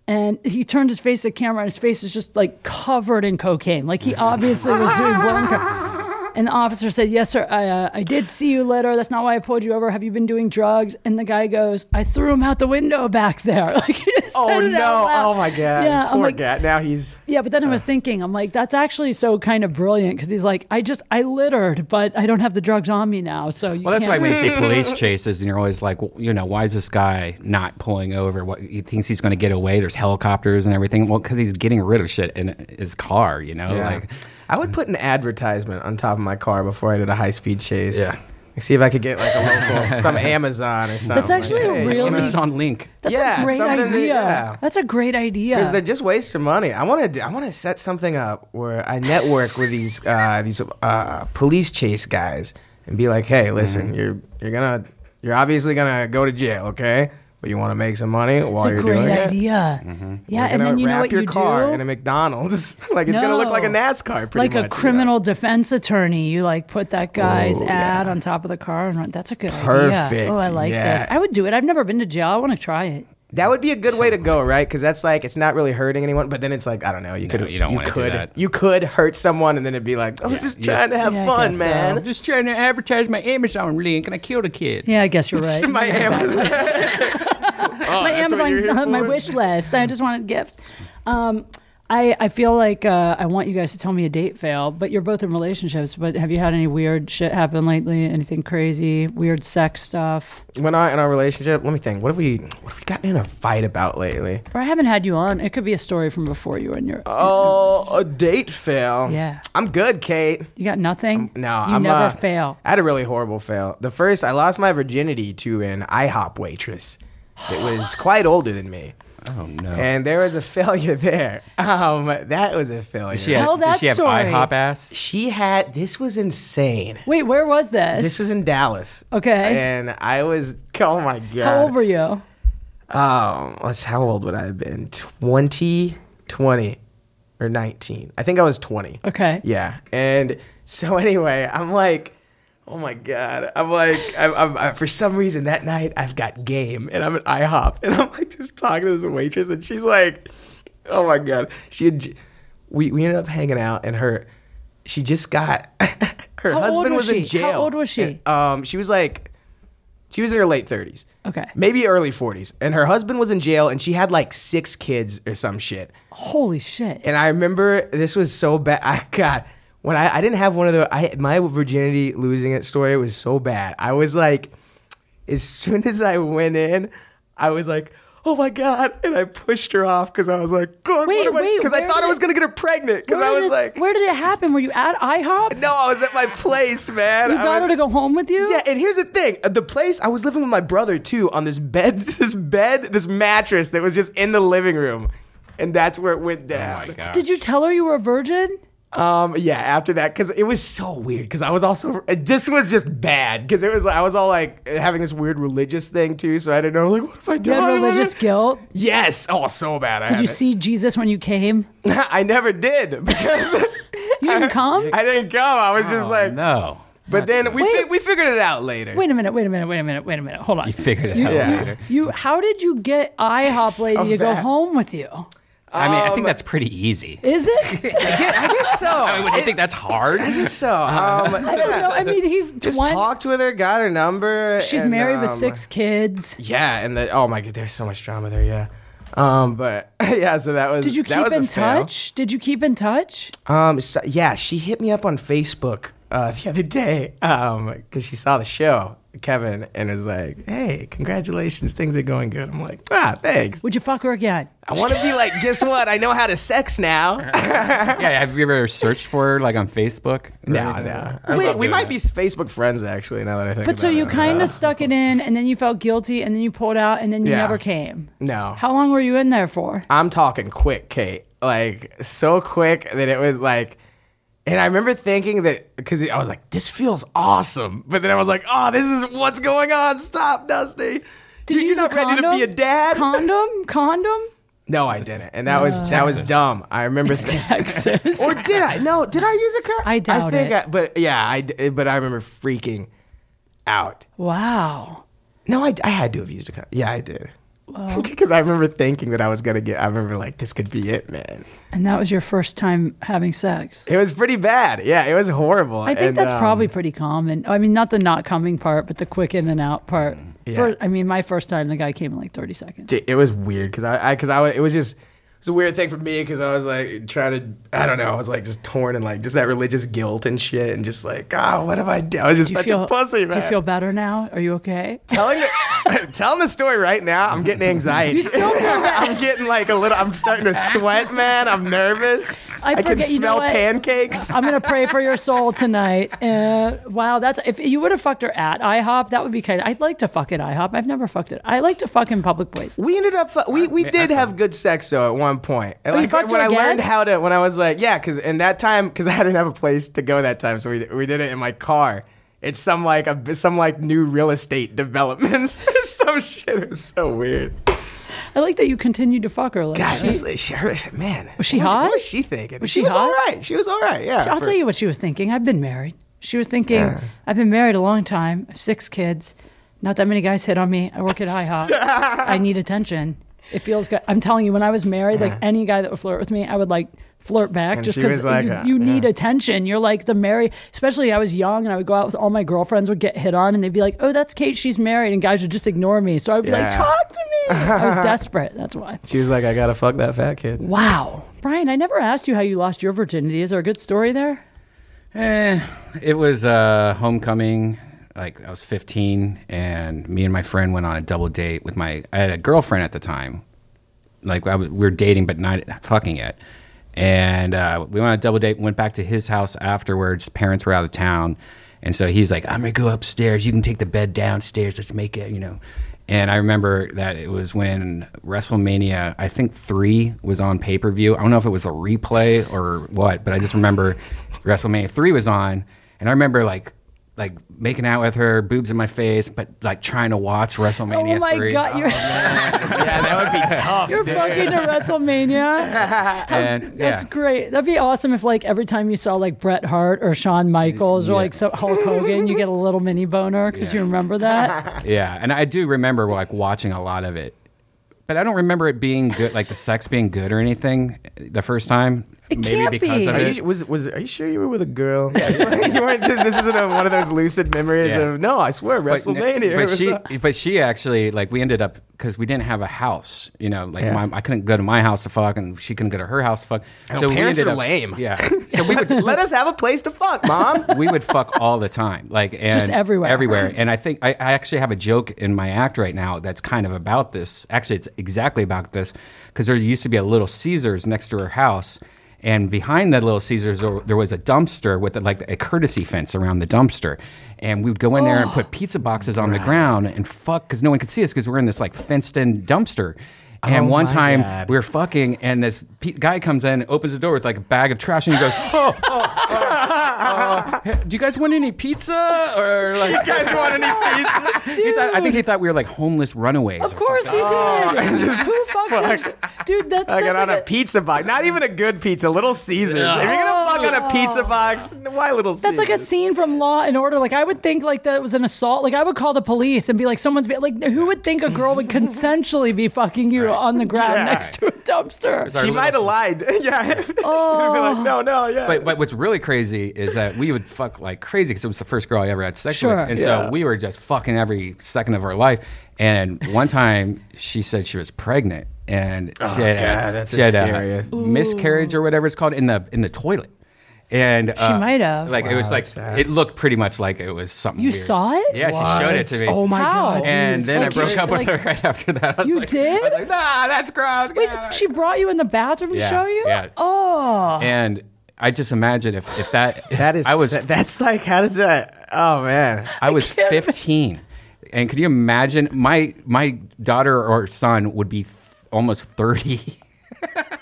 Speaker 1: And he turned his face to the camera, and his face is just like covered in cocaine. Like he obviously was doing blown cocaine. And the officer said, "Yes, sir. I, uh, I did see you later. That's not why I pulled you over. Have you been doing drugs?" And the guy goes, "I threw him out the window back there." Like, he just
Speaker 3: oh
Speaker 1: said it out
Speaker 3: no,
Speaker 1: loud.
Speaker 3: oh my god,
Speaker 1: Yeah, I'm
Speaker 3: poor
Speaker 1: like-
Speaker 3: guy. Now he's
Speaker 1: Yeah, but then I was thinking, I'm like, that's actually so kind of brilliant because he's like, I just I littered, but I don't have the drugs on me now, so you
Speaker 2: Well, that's why
Speaker 1: can't.
Speaker 2: when you see police chases, and you're always like, well, you know, why is this guy not pulling over? What he thinks he's going to get away? There's helicopters and everything. Well, because he's getting rid of shit in his car. You know,
Speaker 3: Yeah.
Speaker 2: like
Speaker 3: I would put an advertisement on top of my car before I did a high speed chase.
Speaker 2: Yeah.
Speaker 3: Like, See if I could get like a local, some Amazon or something.
Speaker 1: actually a real- Oh, Really?
Speaker 2: Amazon Link.
Speaker 1: that's
Speaker 3: yeah,
Speaker 1: a great
Speaker 3: something to-
Speaker 1: idea.
Speaker 3: yeah.
Speaker 1: That's a great
Speaker 3: because they're
Speaker 1: idea.
Speaker 3: just wasting money. I want to. I want to set something up where I network with these uh, these uh, police chase guys and be like, hey, listen, you're you're gonna you're obviously gonna go to jail, okay? But you want to make some money while
Speaker 1: It's a
Speaker 3: you're
Speaker 1: great
Speaker 3: doing it.
Speaker 1: idea. Yeah,
Speaker 3: You're
Speaker 1: and
Speaker 3: gonna
Speaker 1: then you know
Speaker 3: wrap
Speaker 1: what
Speaker 3: your
Speaker 1: you
Speaker 3: car
Speaker 1: do?
Speaker 3: in a McDonald's. like it's gonna look like a
Speaker 1: No.
Speaker 3: NASCAR, pretty
Speaker 1: like
Speaker 3: much,
Speaker 1: a
Speaker 3: you know?
Speaker 1: criminal defense attorney. You like put that guy's
Speaker 3: Oh,
Speaker 1: ad on top of the car, and run. that's a good
Speaker 3: Perfect,
Speaker 1: idea. Oh, I like
Speaker 3: yeah.
Speaker 1: this. I would do it. I've never been to jail. I want to try it.
Speaker 3: That would be a good way to go, right? Because that's like it's not really hurting anyone, but then it's like I don't know. You could
Speaker 2: you don't wanna do
Speaker 3: could
Speaker 2: that.
Speaker 3: you could hurt someone, and then it'd be like I'm just
Speaker 2: you
Speaker 3: trying to have
Speaker 1: Yeah, I
Speaker 3: fun,
Speaker 1: guess
Speaker 2: I'm
Speaker 3: man.
Speaker 2: just trying to advertise my Amazon link, and I killed a kid.
Speaker 1: Yeah, I guess you're right.
Speaker 3: My Amazon, Oh,
Speaker 1: my
Speaker 3: that's what you're here
Speaker 1: Amazon, uh, my
Speaker 3: for?
Speaker 1: wish list. I just wanted gifts. Um, I, I feel like uh, I want you guys to tell me a date fail, but you're both in relationships. But have you had any weird shit happen lately? Anything crazy? Weird sex stuff?
Speaker 3: When I in our relationship, let me think. What have we what have we gotten in a fight about lately?
Speaker 1: Or I haven't had you on. It could be a story from before you were in your.
Speaker 3: Oh, a date fail.
Speaker 1: Yeah.
Speaker 3: I'm good, Kate.
Speaker 1: you got nothing.
Speaker 3: No,
Speaker 1: you
Speaker 3: I'm
Speaker 1: never
Speaker 3: uh,
Speaker 1: fail.
Speaker 3: I had a really horrible fail. The first, I lost my virginity to an IHOP waitress that was quite older than me.
Speaker 2: Oh no.
Speaker 3: And there was a failure there. Um, that was a failure.
Speaker 2: She had-
Speaker 1: Tell that
Speaker 2: does she have
Speaker 1: story.
Speaker 2: IHOP ass?
Speaker 3: She had this was insane.
Speaker 1: Wait, where was this?
Speaker 3: This was in Dallas.
Speaker 1: Okay.
Speaker 3: And I was oh my god.
Speaker 1: How old were you?
Speaker 3: Um, let's how old would I have been? 20, 20 or 19. I think I was 20.
Speaker 1: Okay.
Speaker 3: Yeah. And so anyway, I'm like Oh my god! I'm like, I'm, I'm, i for some reason that night I've got game, and I'm at IHOP, and I'm like just talking to this waitress, and she's like, "Oh my god!" She, had, j- we we ended up hanging out, and her, she just got, her
Speaker 1: How old
Speaker 3: husband
Speaker 1: was
Speaker 3: was, in
Speaker 1: she?
Speaker 3: jail.
Speaker 1: How old was she?
Speaker 3: And, um, she was like, she was in her late 30s.
Speaker 1: Okay.
Speaker 3: Maybe early 40s. And her husband was in jail and she had like six kids or some shit.
Speaker 1: Holy shit.
Speaker 3: And I remember this was so bad. I God, when I, I didn't have one of the I my virginity losing it story was so bad. I was like, as soon as I went in, I was like, oh my god, and I pushed her off because I was like, God,
Speaker 1: Wait, wait,
Speaker 3: because I
Speaker 1: where
Speaker 3: thought
Speaker 1: did
Speaker 3: I was
Speaker 1: it-
Speaker 3: gonna get her pregnant because
Speaker 1: Where
Speaker 3: I
Speaker 1: did
Speaker 3: was
Speaker 1: it-
Speaker 3: like,
Speaker 1: where did it happen? Were you at IHOP?
Speaker 3: no, I was at my place, man.
Speaker 1: You
Speaker 3: I
Speaker 1: got
Speaker 3: was-
Speaker 1: her to go home with you?
Speaker 3: yeah, and here's the thing: Uh, the place I was living with my brother too on this bed, this bed, this mattress that was just in the living room, and that's where it went
Speaker 2: Oh
Speaker 3: down.
Speaker 1: Did you tell her you were a virgin?
Speaker 3: Um, yeah, after that, because it was so weird. Because I was also uh, this was just bad. Because it was I was all like having this weird religious thing too, so I didn't know like what if I do
Speaker 1: You had religious guilt?
Speaker 3: Yes, oh so bad. I
Speaker 1: Did you see Jesus when you came?
Speaker 3: I never did because
Speaker 1: You didn't come?
Speaker 3: I didn't go. I was just
Speaker 2: Oh,
Speaker 3: like,
Speaker 2: no.
Speaker 3: but then we
Speaker 1: Wait.
Speaker 3: fi- we figured it out later.
Speaker 1: Wait a minute, wait a minute, wait a minute, wait a minute. Hold on.
Speaker 2: You figured it out
Speaker 3: Yeah.
Speaker 2: later.
Speaker 1: You how did you get IHOP
Speaker 3: So
Speaker 1: lady to go
Speaker 3: bad.
Speaker 1: home with you?
Speaker 2: I mean, I
Speaker 3: Um,
Speaker 2: think that's pretty easy.
Speaker 1: Is it?
Speaker 3: I guess so.
Speaker 2: I mean, would you think that's hard?
Speaker 3: I guess so. Um,
Speaker 1: I don't know. I mean, he's
Speaker 3: Just
Speaker 1: one,
Speaker 3: talked with her, got her number.
Speaker 1: She's
Speaker 3: and,
Speaker 1: married with
Speaker 3: um,
Speaker 1: six kids.
Speaker 3: Yeah, and the oh my god, there's so much drama there. Yeah, um, but yeah, so that was.
Speaker 1: Did you
Speaker 3: that
Speaker 1: keep
Speaker 3: was a
Speaker 1: in
Speaker 3: fail.
Speaker 1: touch? Did you keep in touch?
Speaker 3: Um, so, yeah, she hit me up on Facebook uh, the other day because she saw the show, Kevin, and was like, "Hey, congratulations, things are going good." I'm like, "Ah, thanks."
Speaker 1: Would you fuck her again?
Speaker 3: I want to be like, guess what? I know how to sex now.
Speaker 2: yeah, have you ever searched for her like on Facebook? or
Speaker 3: no,
Speaker 2: anything?
Speaker 3: no.
Speaker 2: I
Speaker 3: We,
Speaker 2: love
Speaker 3: we
Speaker 2: doing
Speaker 3: might
Speaker 2: that.
Speaker 3: be Facebook friends actually. Now that I think.
Speaker 1: But so
Speaker 3: about
Speaker 1: you
Speaker 3: it.
Speaker 1: kind of stuck it in, and then you felt guilty, and then you pulled out, and then you
Speaker 3: Yeah.
Speaker 1: never came.
Speaker 3: No.
Speaker 1: How long were you in there for?
Speaker 3: I'm talking quick, Kate. Like so quick that it was like, and I remember thinking that because I was like, this feels awesome, but then I was like, oh, this is what's going on. Stop, Dusty.
Speaker 1: Did
Speaker 3: You-
Speaker 1: you
Speaker 3: you're
Speaker 1: use a
Speaker 3: not ready to
Speaker 1: condom?
Speaker 3: be a dad?
Speaker 1: Condom? Condom?
Speaker 3: no, I didn't, and that was that was dumb. I remember. th-
Speaker 1: Texas.
Speaker 3: or did I? No, did I use a condom?
Speaker 1: I doubt
Speaker 3: I think
Speaker 1: it.
Speaker 3: I, but yeah, I d- but I remember freaking out.
Speaker 1: wow.
Speaker 3: No, I, I had to have used a condom. Yeah, I did. Because I remember thinking that I was gonna get. I remember like this could be it, man.
Speaker 1: And that was your first time having sex.
Speaker 3: It was pretty bad. Yeah, it was horrible.
Speaker 1: I think
Speaker 3: And,
Speaker 1: that's
Speaker 3: um,
Speaker 1: probably pretty common. I mean, not the not coming part, but the quick in and out part.
Speaker 3: Mm. Yeah.
Speaker 1: Fir- I mean, my first time, the guy came in like 30 seconds.
Speaker 3: It was weird because I, because I, was it was just it was a weird thing for me because I was like trying to I don't know I was like just torn and like just that religious guilt and shit and just like God, what have I done? I was just
Speaker 1: Do you
Speaker 3: such
Speaker 1: feel-
Speaker 3: a pussy,
Speaker 1: Do
Speaker 3: man.
Speaker 1: you feel better now? Are you okay?
Speaker 3: telling the, telling the story right now, I'm getting anxiety.
Speaker 1: You still feel
Speaker 3: I'm getting like a little. I'm starting to sweat, man. I'm nervous.
Speaker 1: I
Speaker 3: can
Speaker 1: forget- you know
Speaker 3: smell
Speaker 1: what?
Speaker 3: pancakes.
Speaker 1: I'm gonna pray for your soul tonight. Uh, wow, that's if you would have fucked her at IHOP, that would be kind. I'd like to fuck at IHOP. I've never fucked it. I like to fuck in public places.
Speaker 3: We ended up fu- we we did have good sex though at one point. And,
Speaker 1: you
Speaker 3: like,
Speaker 1: fucked
Speaker 3: when
Speaker 1: her
Speaker 3: I
Speaker 1: again?
Speaker 3: learned how to when I was like yeah because in that time because I didn't have a place to go that time so we we did it in my car. It's some like a some like new real estate developments some shit. It was so weird.
Speaker 1: I like that you continued to fuck her. Like,
Speaker 3: God,
Speaker 1: she-
Speaker 3: this, she, her, man, was
Speaker 1: she
Speaker 3: what
Speaker 1: hot?
Speaker 3: What was she thinking?
Speaker 1: Was
Speaker 3: she,
Speaker 1: she
Speaker 3: was all
Speaker 1: hot?
Speaker 3: right. She was all right. Yeah.
Speaker 1: I'll
Speaker 3: for-
Speaker 1: tell you what she was thinking. I've been married. She was thinking, I've been married a long time. I have six kids. Not that many guys hit on me. I work at IHOP. I need attention. It feels good. I'm telling you, when I was married, like any guy that would flirt with me, I would like flirt back
Speaker 3: And
Speaker 1: just
Speaker 3: she
Speaker 1: because
Speaker 3: was like,
Speaker 1: you,
Speaker 3: uh,
Speaker 1: you need
Speaker 3: yeah.
Speaker 1: attention. You're like the married, especially I was young and I would go out with all my girlfriends would get hit on and they'd be like, oh, that's Kate. She's married. And guys would just ignore me. So I'd be like,
Speaker 3: Yeah.
Speaker 1: talk to me. I was desperate. That's why.
Speaker 3: She was like, I gotta fuck that fat kid.
Speaker 1: Wow. Brian, I never asked you how you lost your virginity. Is there a good story there?
Speaker 2: Eh, it was uh, homecoming. Like I was 15, and me and my friend went on a double date with my. I had a girlfriend at the time. Like I was, we were dating, but not fucking yet. And uh, we went on a double date. Went back to his house afterwards. Parents were out of town, and so he's like, "I'm gonna go upstairs. You can take the bed downstairs. Let's make it." You know. And I remember that it was when WrestleMania, I think three was on pay per view. I don't know if it was a replay or what, but I just remember WrestleMania three was on, and I remember like like making out with her, boobs in my face, but like trying to watch WrestleMania
Speaker 1: oh my
Speaker 2: three.
Speaker 1: God. You're.
Speaker 3: yeah, that would be tough.
Speaker 1: You're fucking to WrestleMania.
Speaker 2: and yeah,
Speaker 1: That's great. That'd be awesome if, like, every time you saw like Bret Hart or Shawn Michaels or
Speaker 2: Yeah.
Speaker 1: like so Hulk Hogan, you get a little mini boner because you
Speaker 2: Yeah.
Speaker 1: remember that.
Speaker 2: yeah, and I do remember like watching a lot of it, but I don't remember it being good, like the sex being good or anything the first time.
Speaker 1: It
Speaker 2: maybe
Speaker 1: can't
Speaker 2: because
Speaker 1: be.
Speaker 2: of
Speaker 3: Are
Speaker 2: it.
Speaker 3: you, was, was, are you sure you were with a girl? you weren't just, this isn't a, one of those lucid memories
Speaker 2: Yeah.
Speaker 3: of, no, I swear,
Speaker 2: But-
Speaker 3: WrestleMania.
Speaker 2: But,
Speaker 3: was a-
Speaker 2: she, but she actually like we ended up because we didn't have a house. You know, like
Speaker 3: Yeah.
Speaker 2: my, I couldn't go to my house to fuck, and she couldn't go to her house to fuck.
Speaker 3: Oh,
Speaker 2: we
Speaker 3: parents
Speaker 2: ended
Speaker 3: are lame.
Speaker 2: Yeah, so we would
Speaker 3: Let us have a place to fuck, mom.
Speaker 2: we would fuck all the time, like and
Speaker 1: Just everywhere.
Speaker 2: everywhere. And I think I, I actually have a joke in my act right now that's kind of about this. Actually, it's exactly about this because there used to be a Little Caesars next to her house, and behind that Little Caesars there- there was a dumpster with like a courtesy fence around the dumpster, and we would go in there and
Speaker 3: Oh,
Speaker 2: put pizza boxes on the ground and fuck because no one could see us because we're in this like fenced-in dumpster. And
Speaker 3: Oh
Speaker 2: one
Speaker 3: my
Speaker 2: time
Speaker 3: God.
Speaker 2: we were fucking, and this pe- guy comes in, opens the door with like a bag of trash, and he goes, "Oh, do you guys want any pizza or
Speaker 3: you
Speaker 2: like?
Speaker 3: guys want any pizza?
Speaker 2: He thought, I think he thought we were like homeless runaways.
Speaker 1: Of course he
Speaker 3: "Oh."
Speaker 1: did. Who fucks? her- Dude, that's,
Speaker 3: I
Speaker 1: that's
Speaker 3: got on a
Speaker 1: like
Speaker 3: pizza box. Not even a good pizza, Little Caesars. If you're gonna fuck on a pizza box, why Little
Speaker 1: Oh. That's
Speaker 3: Caesars?
Speaker 1: like a scene from Law and Order. Like I would think like that was an assault. Like I would call the police and be like, someone's be- like, who would think a girl would consensually be fucking you on the ground
Speaker 3: Yeah.
Speaker 1: next to a dumpster?
Speaker 2: our
Speaker 3: She
Speaker 2: Little
Speaker 3: might have
Speaker 2: Caesars.
Speaker 3: lied. yeah. Oh. she would be like, no, no, yeah.
Speaker 2: But, but what's really crazy is that we would fuck like crazy because it was the first girl I ever had sex
Speaker 1: Sure.
Speaker 2: with, and
Speaker 3: Yeah.
Speaker 2: so we were just fucking every second of our life. And one time she said she was pregnant, and she had, a-
Speaker 3: Oh, God, that's
Speaker 2: she had a
Speaker 3: scary.
Speaker 2: miscarriage or whatever it's called in the in the toilet. And uh,
Speaker 1: might have.
Speaker 2: Like it was like
Speaker 3: sad.
Speaker 2: it looked pretty much like it was something.
Speaker 1: You
Speaker 2: weird.
Speaker 1: saw it?
Speaker 2: Yeah, she showed it to me.
Speaker 3: Oh my
Speaker 1: How?
Speaker 3: god! Dude,
Speaker 2: And
Speaker 3: it's
Speaker 2: then I
Speaker 1: like
Speaker 2: broke
Speaker 1: you're-
Speaker 2: up with
Speaker 1: like-
Speaker 2: her right after that. I was
Speaker 1: You
Speaker 2: like,
Speaker 1: did?
Speaker 2: I was like, nah, that's gross. Get
Speaker 1: Wait,
Speaker 2: out of
Speaker 1: she brought you in the bathroom
Speaker 2: Yeah,
Speaker 1: to show you?
Speaker 2: yeah.
Speaker 1: Oh.
Speaker 2: And I just imagine if, if that if
Speaker 3: that is.
Speaker 2: I was
Speaker 3: That's like how does that? Oh man.
Speaker 2: I was 15, and could you imagine my my daughter or son would be f- almost 30.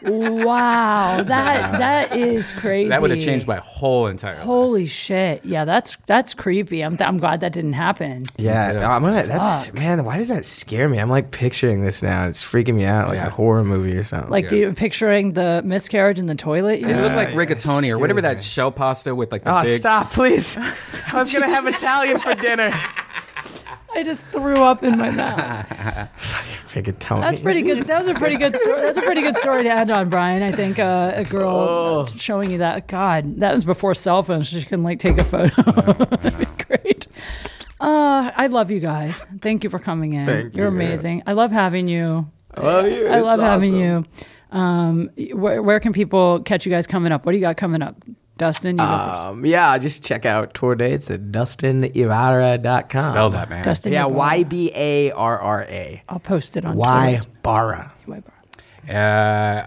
Speaker 1: Wow. That that is crazy.
Speaker 2: that would have changed my whole entire life.
Speaker 1: Holy shit. Yeah, that's that's creepy. I'm I'm glad that didn't happen.
Speaker 2: too.
Speaker 3: Yeah, I'm gonna. That's man. Why does that scare me? I'm like picturing this now. It's freaking me out, like
Speaker 2: Yeah.
Speaker 3: a horror movie or something.
Speaker 1: Like you're picturing the miscarriage in the toilet. You
Speaker 2: It
Speaker 1: know?
Speaker 2: looked like
Speaker 3: yeah,
Speaker 2: rigatoni or whatever that
Speaker 3: seriously.
Speaker 2: shell pasta with like the
Speaker 3: oh,
Speaker 2: big.
Speaker 3: stop, please. I was gonna have Italian for dinner.
Speaker 1: I just threw up in my mouth.
Speaker 3: Freaking Tony.
Speaker 1: That's pretty good. That was a pretty good. Story. That's a pretty good story to end on, Brian. I think uh, a girl
Speaker 2: Oh.
Speaker 1: showing you that. God, that was before cell phones. so She couldn't like take a photo. That'd be great. Uh, I love you guys. Thank you for coming in.
Speaker 3: Thank
Speaker 1: You're
Speaker 3: you.
Speaker 1: amazing. I love having you.
Speaker 3: I love you.
Speaker 1: I
Speaker 3: It's
Speaker 1: love having
Speaker 3: awesome.
Speaker 1: you. Um, where, where can people catch you guys coming up? What do you got coming up, Dustin? You go first.
Speaker 3: Um, yeah, just check out tour dates at dustinivara.com.
Speaker 2: Spell that, man.
Speaker 1: Dustin.
Speaker 3: Yeah,
Speaker 1: Ybarra.
Speaker 3: Y B A R R A.
Speaker 1: I'll post it on
Speaker 3: Y
Speaker 1: Twitter.
Speaker 3: Barra.
Speaker 1: Ybarra.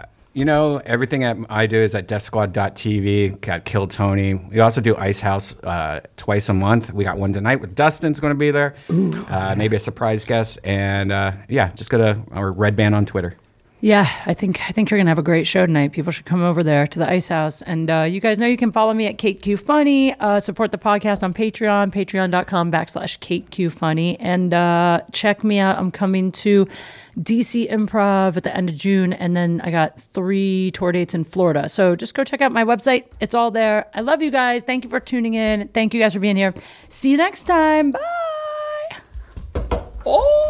Speaker 2: Uh, you know, everything I, I do is at deathsquad.tv. Got Kill Tony. We also do Ice House uh, twice a month. We got one tonight with Dustin's going to be there. uh, maybe a surprise guest. And uh, yeah, just go to our red band on Twitter.
Speaker 1: Yeah, I think I think you're gonna have a great show tonight. People should come over there to the Ice House, and uh, you guys know you can follow me at Kate Q Funny. Uh, support the podcast on Patreon, Patreon.com backslash Kate Q Funny, and uh, check me out. I'm coming to DC Improv at the end of June, and then I got three tour dates in Florida. So just go check out my website; it's all there. I love you guys. Thank you for tuning in. Thank you guys for being here. See you next time. Bye. Oh.